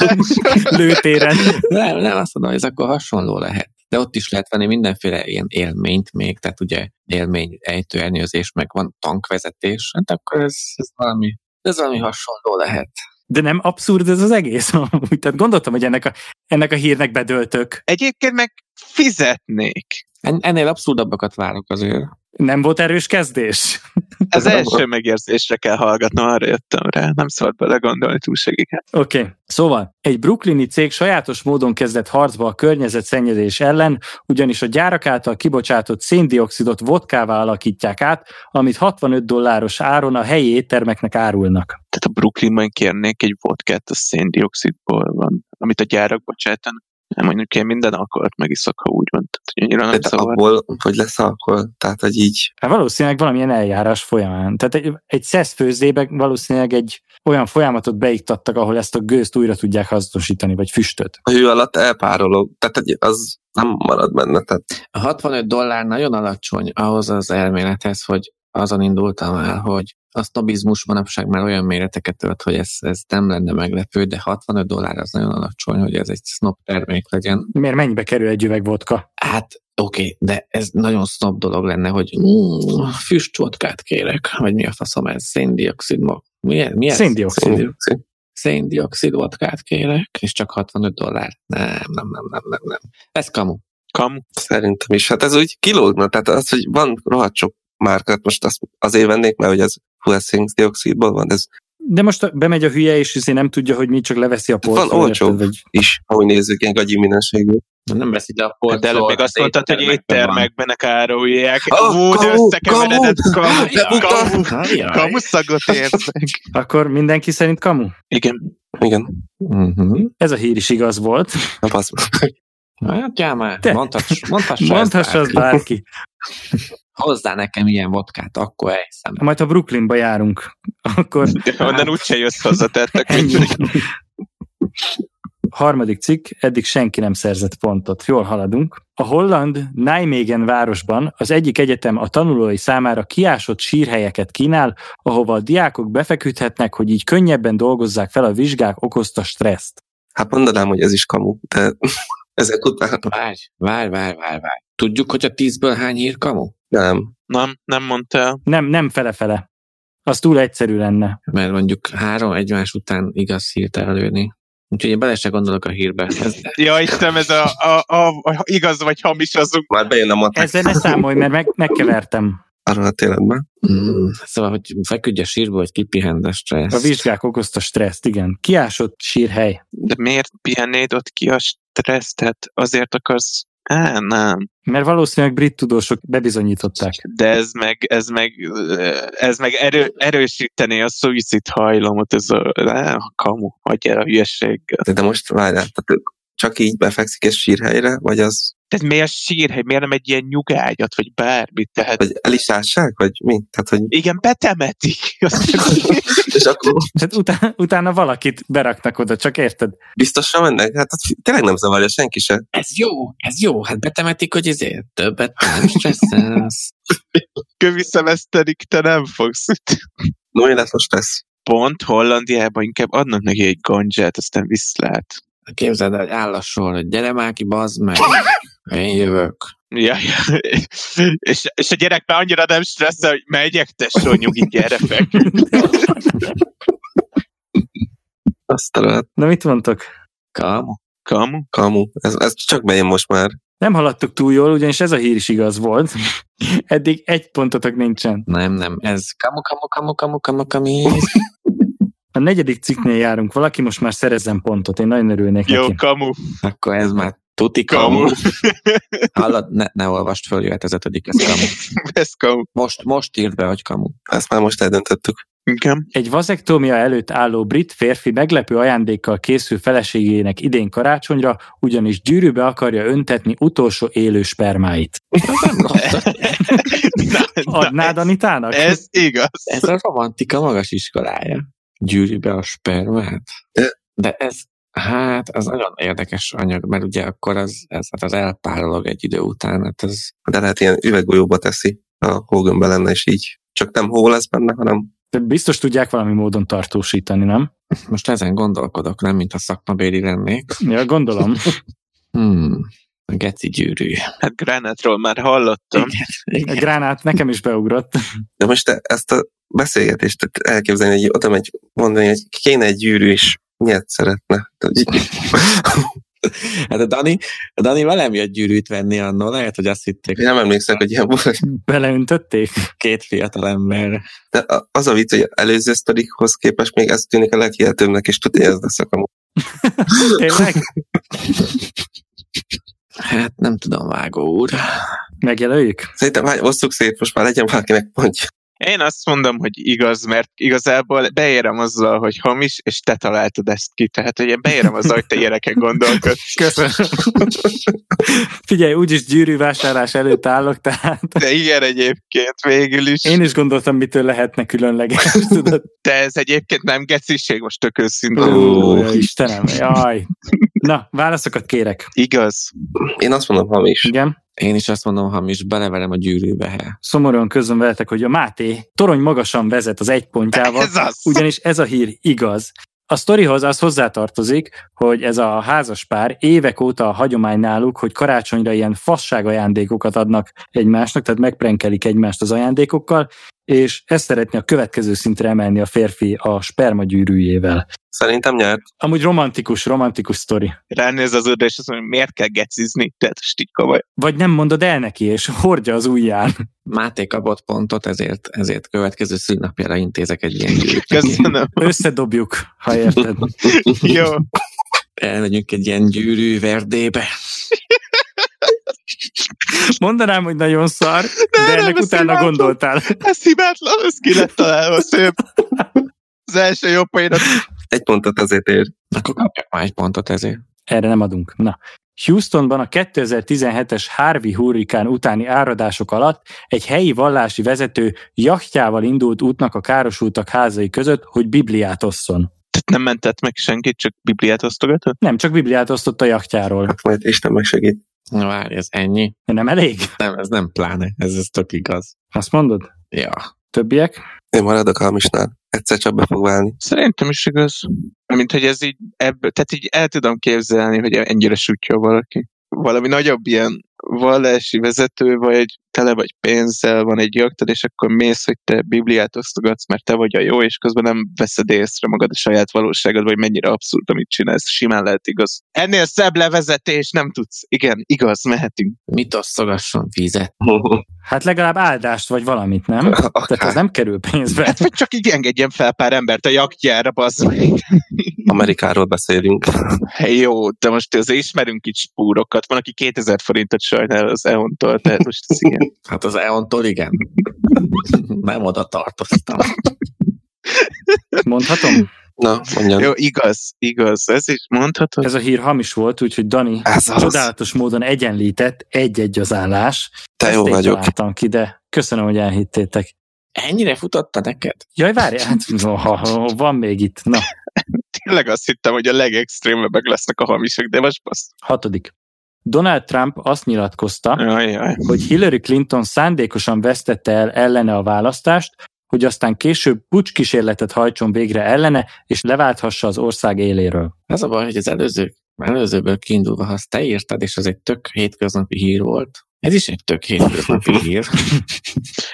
S1: Lőtéren.
S2: Nem, nem azt mondom, hogy ez akkor hasonló lehet. De ott is lehet venni mindenféle ilyen élményt még, tehát ugye élmény ejtőernyőzés, meg van tankvezetés, hát akkor ez, ez valami, ez valami hasonló lehet.
S1: De nem abszurd ez az egész? Úgy, tehát gondoltam, hogy ennek a, ennek a hírnek bedöltök.
S3: Egyébként meg fizetnék.
S2: En, ennél abszurdabbakat várok azért.
S1: Nem volt erős kezdés?
S3: Az
S4: Ez nem
S3: első megérzésre kell hallgatnom, arra jöttem rá. Nem szabad belegondolni túl segíteni.
S1: Oké, okay. szóval egy brooklyni cég sajátos módon kezdett harcba a környezetszennyezés ellen, ugyanis a gyárak által kibocsátott széndiokszidot vodkává alakítják át, amit 65 dolláros áron a helyi éttermeknek árulnak.
S3: Tehát a Brooklynban kérnék egy vodkát, a széndiokszidból van, amit a gyárak bocsátanak. Nem mondjuk én minden alkoholt megiszok, ha úgy van. Tehát hogy annyira nem
S4: Tehát
S3: szabad.
S4: abból, hogy lesz alkohol. Tehát, hogy így
S1: Hát valószínűleg valamilyen eljárás folyamán. Tehát egy, egy szesz főzdébe valószínűleg egy olyan folyamatot beiktattak, ahol ezt a gőzt újra tudják hasznosítani, vagy füstöt.
S4: a hő alatt elpárolog. Tehát, hogy az nem marad benne. Tehát
S2: A 65 dollár nagyon alacsony ahhoz az elmélethez, hogy azon indultam el, hogy a sznobizmus manapság már olyan méreteket ölt, hogy ez, ez nem lenne meglepő, de 65 dollár az nagyon alacsony, hogy ez egy snob termék legyen.
S1: Miért mennyibe kerül egy üveg vodka?
S2: Hát oké, okay, de ez nagyon snob dolog lenne, hogy mm, füstvodkát kérek, vagy mi a faszom ez, széndiokszid, ma- mi, ez- mi ez?
S1: Széndiokszid.
S4: széndiokszid.
S2: Széndiokszid vodkát kérek, és csak 65 dollár. Nem, nem, nem, nem, nem, nem. Ez kamu.
S3: Kam.
S4: Szerintem is. Hát ez úgy kilógna, tehát az, hogy van rohadt sok márkát, most azt azért vennék, mert hogy ez hú, ez széndiokszidból van, ez
S1: De most bemegy a hülye, és izé nem tudja, hogy mi csak leveszi a
S4: Van
S1: polcról.
S4: olcsó.
S1: érted, Vagy...
S4: is, ahogy nézzük, ilyen gagyi minőségű.
S2: Nem veszi ide a polcról.
S3: De előbb még azt
S2: az
S3: mondtad, hogy
S2: éttermekben
S3: éttermekben árulják.
S4: Ah,
S3: Ó, de
S4: kamu,
S3: összekeveredett
S2: van.
S3: kamu.
S4: De
S3: Kamu.
S4: buta.
S2: Ajaj, ajaj.
S3: Kamu szagot érzek.
S1: Akkor mindenki szerint kamu?
S3: Igen.
S4: Igen,
S2: Mhm.
S1: Ez a hír is igaz volt.
S4: na basz meg.
S2: Hagyjál már,
S1: Te-
S2: hát, mondhass, mondhass,
S1: Mondhassa az bárki.
S2: Hozzá nekem ilyen vodkát, akkor elhiszem.
S1: Majd ha Brooklynba járunk, akkor
S3: Onnan úgyse jössz haza, tettek.
S1: ennyi. Harmadik cikk, eddig senki nem szerzett pontot. Jól haladunk. A holland Nijmegen városban az egyik egyetem a tanulói számára kiásott sírhelyeket kínál, ahova a diákok befeküdhetnek, hogy így könnyebben dolgozzák fel a vizsgák okozta stresszt.
S4: Hát mondanám, hogy ez is kamu, de ezek után
S2: Várj, várj, várj, várj, várj. Tudjuk, hogy a tízből hány hír kamu?
S4: nem.
S3: Nem, nem mondtál.
S1: Nem, nem fele-fele. Az túl egyszerű lenne.
S2: Mert mondjuk három egymás után igaz hírt előni. Úgyhogy én bele se gondolok a hírbe. Ez,
S3: Ja, Istenem, ez a, a, a, a igaz vagy hamis azunk.
S4: Már bejön a matek
S1: Ezzel ne számolj, mert meg, megkevertem.
S4: arról a téletben.
S2: mm,
S4: Hmm.
S2: szóval, hogy feküdj a sírba, hogy kipihend a stressz.
S1: A vizsgák okozta stresszt, igen. Kiásott sírhely.
S3: De miért pihennéd ott ki a stresszt? Tehát azért akarsz... Á, nem.
S1: Mert valószínűleg brit tudósok bebizonyították.
S3: De ez meg, ez meg, ez meg erő, erősítené a szuicid hajlamot, ez a, á, a kamu, hagyja el a hülyeséggel.
S4: De, de most várjál, tehát ők csak így befekszik és sírhelyre, vagy az,
S3: Tehát miért sírhely, miért nem egy ilyen nyugágyat, vagy bármit, tehát
S4: vagy el is ássák, vagy mi? Tehát, hogy
S3: igen, betemetik.
S4: és akkor
S1: Tehát utána, utána valakit beraknak oda, csak érted?
S4: biztosra mennek? Hát az tényleg nem zavarja senki se.
S2: Ez jó, ez jó. Hát betemetik, hogy ezért többet nem stresszelsz.
S3: Köviszemeszterik, te nem fogsz.
S4: No, mi lesz most lesz?
S3: Pont Hollandiában inkább adnak neki egy gandzsát, aztán visszlát.
S2: Képzeld el, hogy áll a sor, hogy gyere már ki, bazd meg. Én jövök.
S3: Ja, ja. És, és a gyerek már annyira nem stresszel, hogy megyek, tesó, nyugi, gyere fel.
S4: Azt a rohadt
S1: Na mit mondtok?
S2: Kamu.
S3: Kamu?
S4: kamu. Ez, ez csak bejön most már.
S1: Nem haladtuk túl jól, ugyanis ez a hír is igaz volt. Eddig egy pontotok nincsen.
S2: Nem, nem, ez kamu, kamu, kamu, kamu, kamu, kamu.
S1: A negyedik cikknél járunk, valaki most már szerezzen pontot, én nagyon örülnék
S3: Jó,
S1: neki.
S3: kamu.
S2: Akkor ez már Tuti kamu. Hallod, ne, ne olvast föl, jöhet az ötödik, ez kamu.
S3: Ez kamu.
S2: Most, most írd be, hogy kamu.
S4: Ezt már most eldöntöttük.
S3: Igen.
S1: Egy vazektómia előtt álló brit férfi meglepő ajándékkal készül feleségének idén karácsonyra, ugyanis gyűrűbe akarja öntetni utolsó élő spermáit. Adnád
S3: ez,
S1: Anitának?
S3: ez igaz.
S2: Ez a romantika magas iskolája. Gyűri be a spermát. De ez, hát, az nagyon érdekes anyag, mert ugye akkor az, ez, hát az elpárolog egy idő után, hát ez
S4: De lehet ilyen üveggolyóba teszi, a hógömbbe lenne, és így csak nem hó lesz benne, hanem
S1: De biztos tudják valami módon tartósítani, nem?
S2: most ezen gondolkodok, nem mintha szakmabéli lennék.
S1: Ja, gondolom.
S2: Hmm, a geci gyűrű.
S3: Hát Gránátról már hallottam.
S1: A gránát nekem is beugrott.
S4: de most te ezt a beszélgetést tehát elképzelni, hogy oda megy mondani, hogy kéne egy gyűrű, és miért szeretne. Tehát így-
S2: Hát a Dani, a Dani velem jött gyűrűt venni annól, lehet, hogy azt hitték
S4: Én nem emlékszem, hogy ilyen volt.
S1: Beleöntötték?
S2: két fiatal ember.
S4: De a- az a vicc, hogy előző sztorikhoz képest még ez tűnik a leghihetőbbnek, és tudja, ez lesz a kamu.
S1: Tényleg?
S2: Hát nem tudom, vágó úr.
S1: Megjelöljük?
S4: Szerintem hát, osszuk szét, most már legyen valakinek pontja.
S3: Én azt mondom, hogy igaz, mert igazából beérem azzal, hogy hamis, és te találtad ezt ki. Tehát, hogy én beérem azzal, hogy te ilyeneket gondolkodsz.
S1: Köszönöm. Figyelj, úgyis gyűrűvásárlás előtt állok, tehát
S3: De igen, egyébként végül is.
S1: én is gondoltam, mitől lehetne különleges, tudod?
S3: De ez egyébként nem geciség, most tök őszintén.
S4: Ó.
S1: Ó, Istenem, jaj. Na, válaszokat kérek.
S3: Igaz.
S4: Én azt mondom, hamis.
S1: Igen.
S2: Én is azt mondom, ha mi is beleverem a gyűrűbe. he.
S1: Szomorúan közön veletek, hogy a Máté torony magasan vezet az egy pontjával,
S3: Ez az.
S1: ugyanis ez a hír igaz. A sztorihoz az hozzátartozik, hogy ez a házas pár évek óta a hagyomány náluk, hogy karácsonyra ilyen fasság ajándékokat adnak egymásnak, tehát megprenkelik egymást az ajándékokkal, és ezt szeretné a következő szintre emelni a férfi a sperma gyűrűjével.
S4: Szerintem nyert.
S1: Amúgy romantikus, romantikus sztori.
S3: Ránéz az oda, és azt mondja, miért kell gecizni? Tehát stikka vagy.
S1: Vagy nem mondod el neki, és hordja az ujján.
S2: Máté kapott pontot, ezért, ezért következő szünnapjára intézek egy ilyen gyűrűt.
S3: Köszönöm.
S1: Összedobjuk, ha érted.
S3: Jó.
S2: Elmegyünk egy ilyen gyűrű verdébe.
S1: Mondanám, hogy nagyon szar, de
S3: nem,
S1: ennek
S3: ezt
S1: utána
S3: imádom.
S1: gondoltál.
S3: Ez hibátlan, ez ki lett találva szép. Az első jobb poénat.
S4: Egy pontot azért ér.
S2: Akkor kapjak már egy pontot ezért.
S1: Erre nem adunk. Na. Houstonban a 2017-es Harvey hurrikán utáni áradások alatt egy helyi vallási vezető jachtjával indult útnak a károsultak házai között, hogy Bibliát osszon.
S3: Tehát nem mentett meg senkit, csak Bibliát osztogatott?
S1: Nem, csak Bibliát osztott a jachtjáról.
S4: Hát majd Isten megsegít.
S2: Na várj, ez ennyi?
S1: Nem elég?
S2: Nem, ez nem pláne, ez, ez tök igaz.
S1: Azt mondod?
S2: Ja.
S1: Többiek?
S4: Én maradok hamisnál. Egyszer csak be fog válni.
S3: Szerintem is igaz. Mint hogy ez így, ebből, tehát így el tudom képzelni, hogy ennyire sütja valaki. Valami nagyobb ilyen vallási vezető, vagy tele vagy pénzzel, van egy jaktad, és akkor mész, hogy te Bibliát osztogatsz, mert te vagy a jó, és közben nem veszed észre magad a saját valóságod, vagy mennyire abszurd, amit csinálsz. Simán lehet igaz. Ennél szebb levezetés nem tudsz. Igen, igaz, mehetünk.
S2: Mit osszogasson vizet?
S1: Hát legalább áldást vagy valamit, nem?
S4: Hát,
S1: Tehát ez
S4: Akár
S1: nem kerül pénzbe.
S3: Hát vagy csak így engedjen fel pár embert a jaktjára, bazd meg.
S4: Amerikáról beszélünk.
S3: Hey, jó, de most azért ismerünk itt spúrokat. Van, aki 2000 forintot sajnál az EON-tól, tehát most ez ilyen.
S2: Hát az eontól igen. nem oda tartoztam.
S1: Mondhatom?
S4: Na, mondjam.
S3: Jó, igaz, igaz. Ez is mondhatod.
S1: Ez a hír hamis volt, úgyhogy Dani
S4: Ez Hát, az.
S1: csodálatos módon egyenlített egy-egy az állás.
S4: Te
S1: Ezt
S4: jó
S1: én
S4: vagyok.
S1: találtam ki, de köszönöm, hogy elhittétek.
S2: Ennyire futotta neked?
S1: Jaj, várj, hát no, ha- ha- van még itt. Na,
S3: Tényleg azt hittem, hogy a legextrémebbek lesznek a hamisok, de most bassz.
S1: hatodik. Donald Trump azt nyilatkozta,
S3: Jaj, jaj.
S1: hogy Hillary Clinton szándékosan vesztette el ellene a választást, hogy aztán később pucs kísérletet hajtson végre ellene, és leválthassa az ország éléről.
S2: Az a baj, hogy az előző, előzőből kiindulva, ha azt te írtad, és az egy tök hétköznapi hír volt, ez is egy tök hétköznapi hír.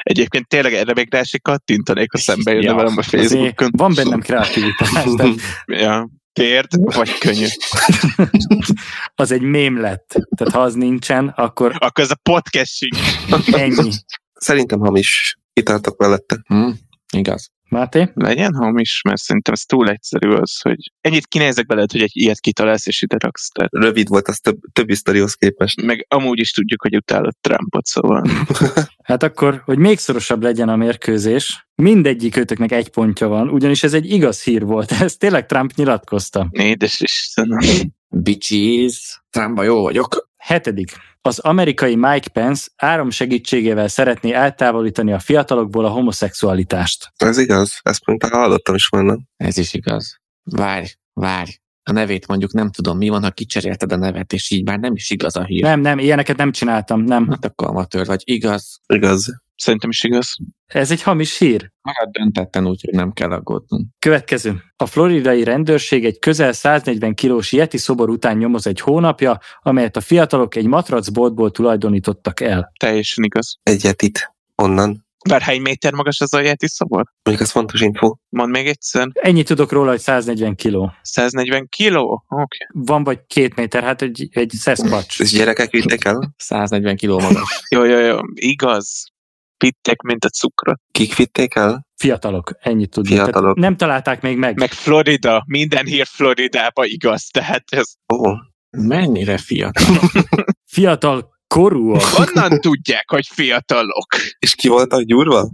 S3: Egyébként tényleg erre még rá se kattintanék, ha szembe jönne
S2: Ja,
S3: velem a
S1: Azért
S3: Facebookon.
S1: van bennem kreativitás, de
S3: Ja. Térd, vagy könnyű.
S1: az egy mém lett. Tehát ha az nincsen, akkor
S3: Akkor ez a podcasting.
S1: ennyi.
S4: Szerintem hamis. Kitartok mellette.
S2: Hm? Igaz.
S1: Máté?
S3: legyen hamis, mert szerintem ez túl egyszerű az, hogy ennyit kinézek beled, hogy egy ilyet kitalálsz és ide raksz. Tehát
S4: Rövid volt, az több, többi sztorihoz képest.
S3: meg amúgy is tudjuk, hogy utálod Trumpot, szóval.
S1: Hát akkor, hogy még szorosabb legyen a mérkőzés, mindegyik őtöknek egy pontja van, ugyanis ez egy igaz hír volt. Ez tényleg Trump nyilatkozta.
S3: Édes Istenem.
S2: Bitches, Trumpban jó vagyok.
S1: Hetedik. Az amerikai Mike Pence áram segítségével szeretné eltávolítani a fiatalokból a homoszexualitást.
S4: Ez igaz, ezt mondták, hallottam is onnan.
S2: Ez is igaz. Várj, várj. A nevét mondjuk nem tudom, mi van, ha kicserélted a nevet, és így már nem is igaz a hír.
S1: Nem, nem, ilyeneket nem csináltam, nem.
S2: Hát akkor amatőr vagy. Igaz.
S4: Igaz.
S3: Szerintem is igaz.
S1: Ez egy hamis hír.
S2: Már döntetten úgy, hogy nem kell aggódnunk.
S1: Következő. A floridai rendőrség egy közel 140 kilós yeti szobor után nyomoz egy hónapja, amelyet a fiatalok egy matracboltból tulajdonítottak el.
S3: Teljesen igaz.
S4: Egyet itt, onnan.
S3: Bár hány méter magas az a játi szobor?
S4: Mondjuk ez fontos info.
S3: Mondd még egyszer.
S1: Ennyit tudok róla, hogy 140 kiló.
S3: 140 kiló? Oké.
S1: Van vagy két méter, hát egy, egy szeszpacs.
S4: És gyerekek vittek el?
S2: 140 kiló magas.
S3: Okay. Jó, jó, jó. Igaz. Pittek, mint a cukrot.
S4: Kik vitték el?
S1: Fiatalok, ennyit tudnak.
S4: Fiatalok.
S1: Tehát Nem találták még meg.
S3: Meg Florida. Minden hír Floridába igaz. Tehát ez
S4: Ó,
S2: Mennyire fiatal.
S1: Fiatal korúak.
S3: onnan tudják, hogy fiatalok.
S4: és ki volt a gyúrva?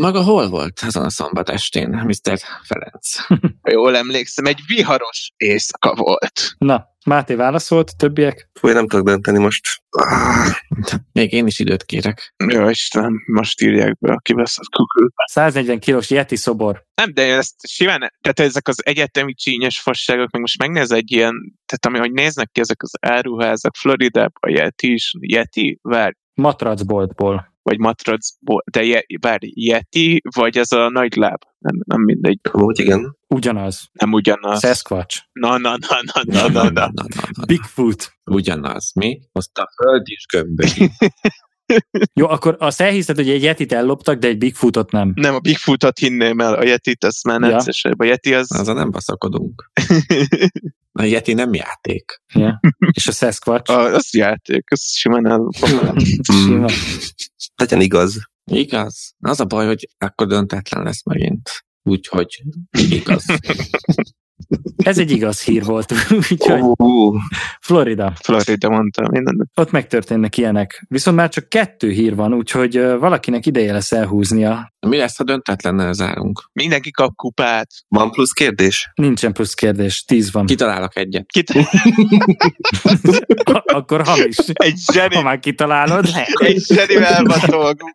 S2: Maga hol volt azon a szombat estén, Mr. Ferenc?
S3: Ha jól emlékszem, egy viharos éjszaka volt.
S1: Na, Máté válaszolt, többiek?
S4: Fú, én nem tudok dönteni most. Ah,
S2: Még én is időt kérek.
S3: Jó Istenem, most írják be a kibaszott kukül.
S1: 140 kilós yeti szobor.
S3: Nem, de én ezt simán, tehát ezek az egyetemi csínyes fasságok, meg most megnéz egy ilyen, tehát ami, hogy néznek ki ezek az áruházak, Floridában, Yeti is, Yeti, vár,
S1: Matracboltból.
S3: vagy matracból, de je, vár, Yeti, vagy ez a nagy láb, nem, nem mindegy,
S4: amúgy igen.
S1: Ugyanaz.
S3: nem ugyanaz.
S1: Sasquatch.
S3: Na, na, na, na, na, na, na.
S2: na, na.
S1: Bigfoot.
S2: Ugyanaz, mi? Most a föld is gömbölyű.
S1: Jó, akkor azt elhiszed, hogy egy yetit elloptak, de egy Bigfootot nem.
S3: Nem, a Bigfootot hinném el, a Yetit, az
S1: Ja.
S3: már nem ja. A Yeti az...
S2: Azzal nem baszakodunk. A Yeti nem játék.
S1: Ja. És a Sasquatch.
S3: A, az játék, az simán el.
S1: Sima.
S4: Mm, Legyen igaz.
S2: Igaz. Az a baj, hogy akkor döntetlen lesz megint. Úgyhogy igaz.
S1: Ez egy igaz hír volt. Úgyhogy
S4: Ó,
S1: Florida.
S3: Florida mondta minden.
S1: Ott megtörténnek ilyenek. Viszont már csak kettő hír van, úgyhogy ö, valakinek ideje lesz elhúznia.
S2: Mi lesz, ha döntetlennel zárunk?
S3: Mindenki kap kupát.
S4: van plusz kérdés?
S1: Nincsen plusz kérdés, tíz van.
S2: Kitalálok egyet.
S3: Kit
S1: A- akkor hamis.
S3: egy
S1: Ha
S3: zseni,
S1: már kitalálod.
S3: egy zsenivel van dolgunk.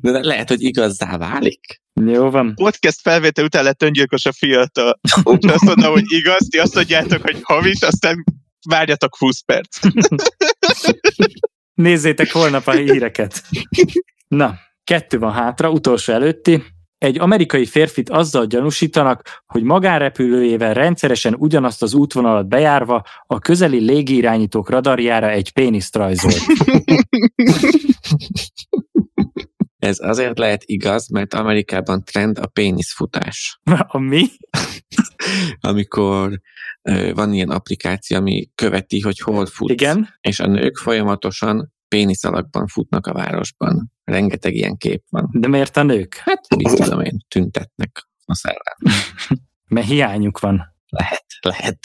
S2: De de lehet, hogy igazzá válik.
S1: Jó van.
S3: Podcast felvétel után lett öngyilkos a fiatal. És azt mondta, hogy igaz, ti azt mondjátok, hogy hamis, aztán várjatok 20 perc.
S1: Nézzétek holnap a híreket. Na, kettő van hátra, utolsó előtti. Egy amerikai férfit azzal gyanúsítanak, hogy magánrepülőjével rendszeresen ugyanazt az útvonalat bejárva a közeli légirányítók radarjára egy péniszt rajzol.
S2: Ez azért lehet igaz, mert Amerikában trend a péniszfutás.
S1: A mi?
S2: Amikor ö, van ilyen applikáció, ami követi, hogy hol fut.
S1: Igen.
S2: És a nők folyamatosan pénisz alakban futnak a városban. Rengeteg ilyen kép van.
S1: De miért a nők?
S2: Hát, mit tudom én, tüntetnek a szellem.
S1: Mert hiányuk van.
S2: Lehet, lehet.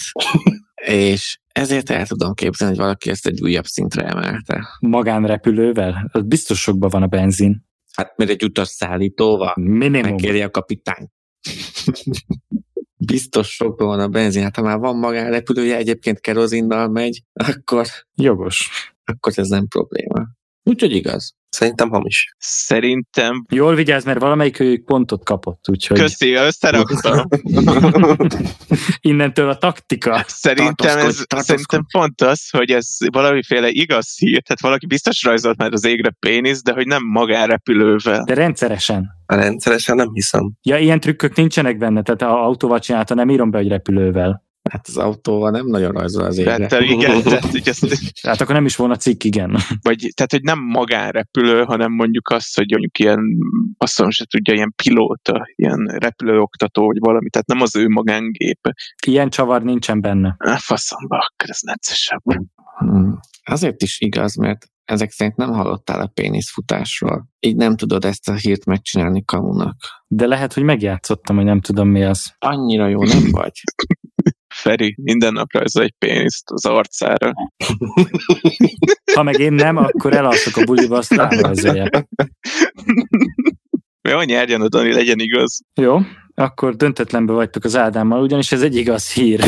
S2: és ezért el tudom képzelni, hogy valaki ezt egy újabb szintre emelte.
S1: Magánrepülővel? Az biztos sokban van a benzin.
S2: Hát, mert egy utas szállítóval.
S1: Minimum.
S2: Megkéri a kapitány. Biztos sokban van a benzin, hát ha már van magánrepülője, egyébként kerozinnal megy, akkor,
S1: Jogos.
S2: akkor ez nem probléma. Úgyhogy igaz.
S4: Szerintem hamis.
S3: Szerintem
S1: Jól vigyázz, mert valamelyikőjük pontot kapott, úgyhogy
S3: Köszi, összeraktam.
S1: innentől a taktika.
S3: Szerintem, ez,
S2: Tartózkodj, tartózkodj.
S3: szerintem pont az, hogy ez valamiféle igaz hír, tehát valaki biztos rajzolt már az égre pénisz, de hogy nem magánrepülővel.
S1: De rendszeresen.
S4: Rendszeresen nem hiszem.
S1: Ja, ilyen trükkök nincsenek benne, tehát ha autóval csinálta, nem írom be, hogy repülővel.
S2: Hát az autóval nem nagyon rajzol az
S3: Tehát,
S2: égre.
S3: te- igen, tehát, hogy ezt,
S1: Hát akkor nem is volna cikk, igen.
S3: vagy, tehát, hogy nem magánrepülő, hanem mondjuk azt, hogy mondjuk ilyen, azt mondom, se tudja, ilyen pilóta, ilyen repülőoktató, vagy valami, tehát nem az ő magángép.
S1: Ilyen csavar nincsen benne.
S3: Á, faszomba, akkor ez neccesebb.
S2: Hmm. Azért Mm. is igaz, mert ezek szerint nem hallottál a péniszfutásról. Így nem tudod ezt a hírt megcsinálni kamunak.
S1: De lehet, hogy megjátszottam, hogy nem tudom mi az.
S2: Annyira jó nem vagy.
S3: Feri, minden nap rajzol egy péniszt az arcára.
S1: Ha meg én nem, akkor elalszok a buliba, azt rárajzolják.
S3: Jó, nyerjen a Dani, legyen igaz.
S1: Jó, akkor döntetlenbe vagytok az Ádámmal, ugyanis ez egy igaz hír.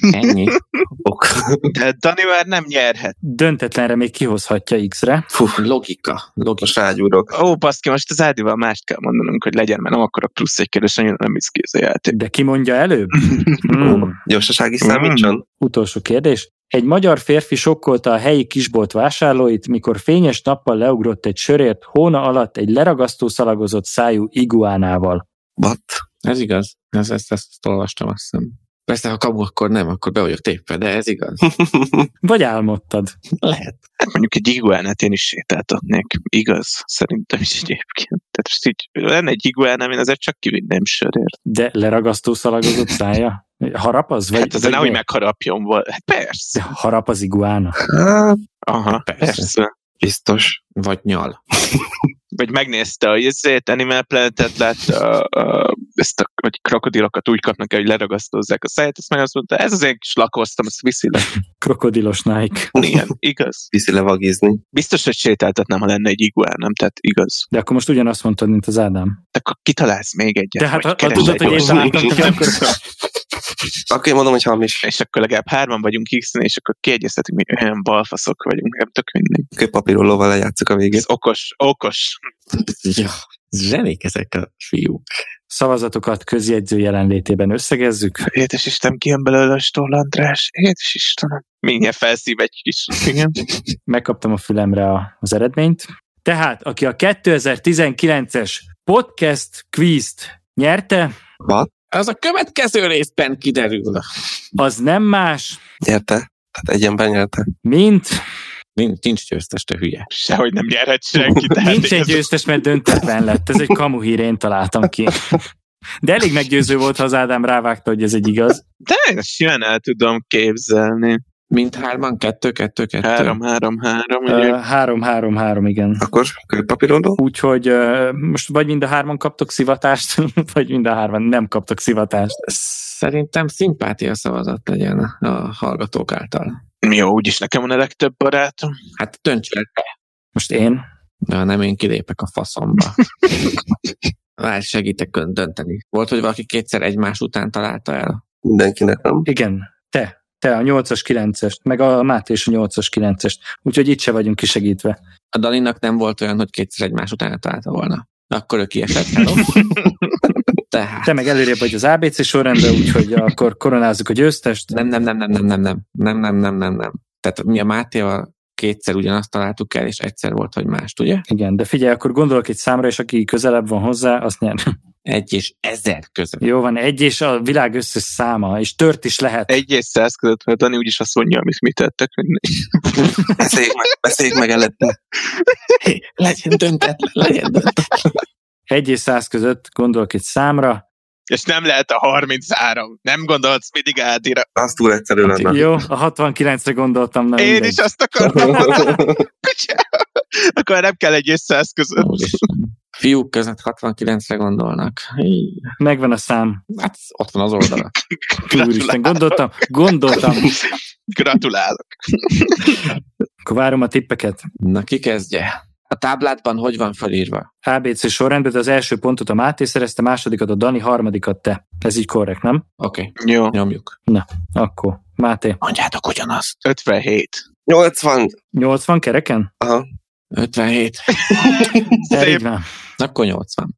S2: Ennyi.
S4: Ok.
S3: De Dani már nem nyerhet.
S1: Döntetlenre még kihozhatja X-re.
S2: Fú, logika. Logika.
S4: Most rágyúrok.
S3: Ó, baszki, most az Ádival mást kell mondanunk, hogy legyen, mert nem akarok plusz egy kérdés, annyira nem visz ki ez a játék.
S1: De ki mondja előbb? Hmm.
S4: Gyorsasági számítson?
S1: Utolsó kérdés. Egy magyar férfi sokkolta a helyi kisbolt vásárlóit, mikor fényes nappal leugrott egy sörért hóna alatt egy leragasztó szalagozott szájú iguánával.
S4: What?
S2: Ez igaz. Ez, ezt, ezt, ezt olvastam, azt hiszem. Persze, ha kamu, akkor nem, akkor be vagyok tépve, de ez igaz.
S1: Vagy álmodtad.
S2: Lehet.
S3: Hát mondjuk egy iguánát én is sétáltatnék. Igaz, szerintem is egyébként. Tehát most így lenne egy iguánám, én azért csak kivinném sörért.
S1: De leragasztó szalagozott szája? Harap az? Vagy,
S3: Hát azért
S1: vagy
S3: nehogy
S1: mi?
S3: megharapjon val- Hát persze.
S1: Harap az iguána.
S4: Hát,
S3: Aha,
S2: Persze.
S3: persze. persze.
S4: biztos.
S2: Vagy nyal.
S3: Vagy megnézte a izét, Animal Planet-et, látta a, a, ezt a, hogy krokodilokat úgy kapnak el, hogy leragasztózzák a száját, azt meg azt mondta, ez az én kis lakoztam, azt viszi le.
S1: Krokodilos Nike.
S3: Igen, igaz.
S4: Viszi levagizni.
S3: Biztos, hogy sétáltatnám, ha lenne egy iguánám, tehát igaz.
S1: De akkor most ugyanazt mondtad, mint az Ádám.
S3: De akkor kitalálsz még egyet.
S1: De hát
S3: vagy
S1: ha, ha
S3: keresel
S1: tudod,
S3: egy
S1: hogy én
S3: gyorsan.
S1: vártam ki, akkor...
S4: Akkor én mondom, hogy hamis.
S3: és akkor legalább hárman vagyunk x és akkor kiegyeztetünk, mi olyan balfaszok vagyunk, nem tök mindegy.
S4: Kőpapíról lóval lejátszok a végén.
S3: Ez okos, okos.
S2: Ja, zsenik ezek a fiúk.
S1: Szavazatokat közjegyző jelenlétében összegezzük.
S3: Édes Isten, kijön belőle a Stoll András. Édes Istenem. Mindjárt felszív egy kis. Igen.
S1: megkaptam a fülemre a- az eredményt. Tehát, aki a 2019-es podcast quizt nyerte,
S4: What?
S2: Az a következő részben kiderül.
S1: az nem más,
S4: Nyerte? Tehát egy ember nyerte.
S1: mint
S2: Nincs, nincs győztes, te hülye.
S3: Sehogy nem nyerhet senki. Tehát
S1: nincs egy
S3: ez-
S1: győztes, mert döntetlen lett. Ez egy kamu hír, én találtam ki. De elég meggyőző volt, ha az Ádám rávágta, hogy ez egy igaz.
S3: De én ezt simán el tudom képzelni.
S2: Mint hárman, kettő, kettő, kettő.
S3: Három, három, három. ugye.
S1: Ö, 3-3-3, igen.
S4: Akkor kőpapíról ló?
S1: Úgyhogy ö, most vagy mind a hárman kaptok szivatást, vagy mind a hárman nem kaptok szivatást.
S2: Szerintem szimpátia szavazat legyen a hallgatók által.
S3: Jó, úgyis nekem van a legtöbb barátom.
S2: Hát dönts el te.
S1: Most én
S2: De ha nem, én kilépek a faszomba. Várj, segítek ön dönteni. Volt, hogy valaki kétszer egymás után találta el?
S4: Mindenkinek, nem?
S1: Igen, te. Te a 8-as, 9-est, meg a Máté is a 8-as, 9-est. Úgyhogy itt se vagyunk kisegítve.
S2: A Dalinak nem volt olyan, hogy kétszer egymás után találta volna. Akkor ő kiesett. Hello. Tehát.
S1: Te meg előrébb vagy az ABC sorrendben, úgyhogy akkor koronázzuk a győztest.
S2: Nem, nem, nem, nem, nem, nem, nem, nem, nem, nem, nem, nem. Tehát mi a Mátéval kétszer ugyanazt találtuk el, és egyszer volt, hogy mást, ugye?
S1: Igen, de figyelj, akkor gondolok egy számra, és aki közelebb van hozzá, azt nyer.
S2: Egy és ezer között.
S1: Jó van, egy és a világ összes száma, és tört is lehet.
S3: Egy és száz között, mert Dani úgyis azt mondja, amit mi tettek.
S4: Beszéljük meg, beszéljük meg előtte.
S2: Legyen döntetlen, legyen döntetlen.
S1: Egy és száz között gondolok egy számra.
S3: És nem lehet a 33. Nem gondolsz mindig Ádira.
S4: Az túl egyszerű lenne.
S1: Jó, a 69-re gondoltam, na
S3: Én
S1: mindegy.
S3: is azt akartam. Kutyám. Akkor nem kell egy és száz között.
S2: Úristen. Fiúk között 69-re gondolnak. Hí,
S1: Megvan a szám.
S2: Hát ott van az oldala.
S1: Úristen, gondoltam, gondoltam.
S3: Gratulálok.
S1: Akkor várom a tippeket.
S2: Na, ki kezdje? A tábládban hogy van felírva?
S1: ABC sorrendben, de az első pontot a Máté szerezte, másodikat a Dani, harmadikat te. Ez így korrekt, nem?
S2: Oké, okay,
S3: Jó.
S2: nyomjuk.
S1: Akkor, Máté.
S2: Mondjátok ugyanazt.
S3: 57.
S4: 80.
S1: 80 kereken?
S4: Aha.
S2: 57.
S1: Elég
S3: Szép.
S1: nem.
S2: Akkor 80.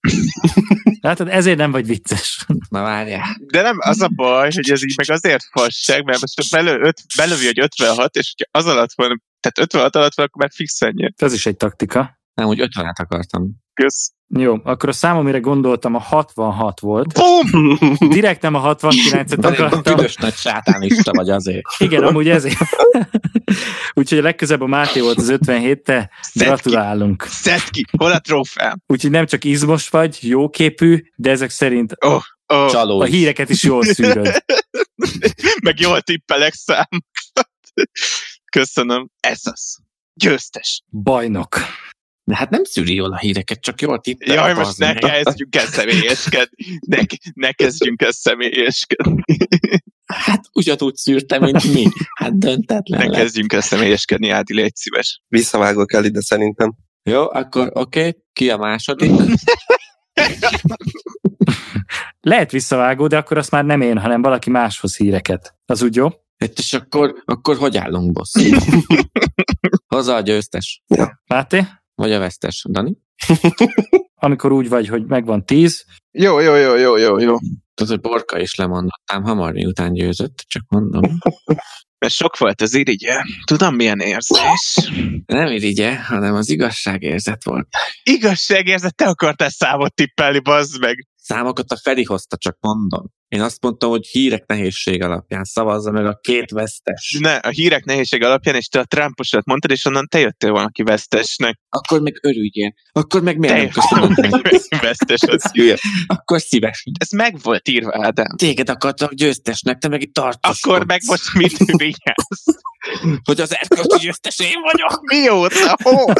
S1: Látod, ezért nem vagy vicces.
S2: Na várjál.
S3: De nem az a baj, hogy ez így meg azért fasság, mert most belő, öt, belövi, hogy 56, és hogyha az alatt van, tehát 56 alatt van, akkor már fixen nyer.
S1: Ez is egy taktika.
S2: Nem, úgy 50-et akartam.
S3: Kösz.
S1: Jó, akkor a szám, amire gondoltam, a 66 volt.
S3: Bum!
S1: Direkt nem a 69-et akartam.
S2: Büdös nagy sátánista vagy azért.
S1: Igen, amúgy ezért. Úgyhogy a legközebb a Máté volt az 57 te
S3: Szedd ki,
S1: Gratulálunk.
S3: szedd ki! Hol a trófeám?
S1: Úgyhogy nem csak izmos vagy, jóképű, de ezek szerint
S3: Oh,
S2: Csaló
S1: a
S2: is.
S1: híreket is jól szűröd.
S3: meg jól tippelek számokat. Köszönöm. Ez az. Győztes.
S1: Bajnok.
S2: De hát nem szűri jól a híreket, csak jól tippel.
S3: Jaj, most ne
S2: bazd meg.
S3: kezdjünk el személyeskedni. Ne, ne kezdjünk el személyeskedni.
S2: Hát ugyanúgy szűrte, mint mi. Hát döntetlen
S3: Ne
S2: lett.
S3: kezdjünk el személyeskedni, Ádi, légy szíves.
S4: Visszavágok el ide szerintem.
S2: Jó, akkor oké, okay, ki a második?
S1: Lehet visszavágó, de akkor azt már nem én, hanem valaki máshoz híreket. Az úgy jó?
S2: Hát és akkor, akkor hogy állunk, boss? Haza a győztes,
S1: Máté?
S2: vagy a vesztes, Dani?
S1: Amikor úgy vagy, hogy megvan tíz,
S3: Jó, jó, jó, jó, jó, jó.
S2: Tudod, hogy Borka is lemondott, ám hamar miután győzött, csak mondom.
S3: Mert sok volt az irigye. Tudom, milyen érzés.
S2: Nem irigye, hanem az igazságérzet volt.
S3: Igazságérzet, te akartál számot tippelni, bazd meg.
S2: Számokat a Feri hozta, csak mondom. Én azt mondtam, hogy hírek nehézség alapján szavazza meg a két vesztes.
S3: Ne, a hírek nehézség alapján, és te a Trumposat mondtad, és onnan te jöttél valaki vesztesnek.
S2: Akkor meg örüljél. Akkor meg miért nem
S3: Te
S2: köszönöd meg?
S3: vesztes, az hülye.
S2: Akkor szíves.
S3: Ez meg volt írva, Ádám.
S2: Téged akartak győztesnek, te meg itt tartoskodsz.
S3: Akkor meg most mit vigyázz?
S2: Hogy az erkölcsi győztes én vagyok.
S3: Mióta? Hol?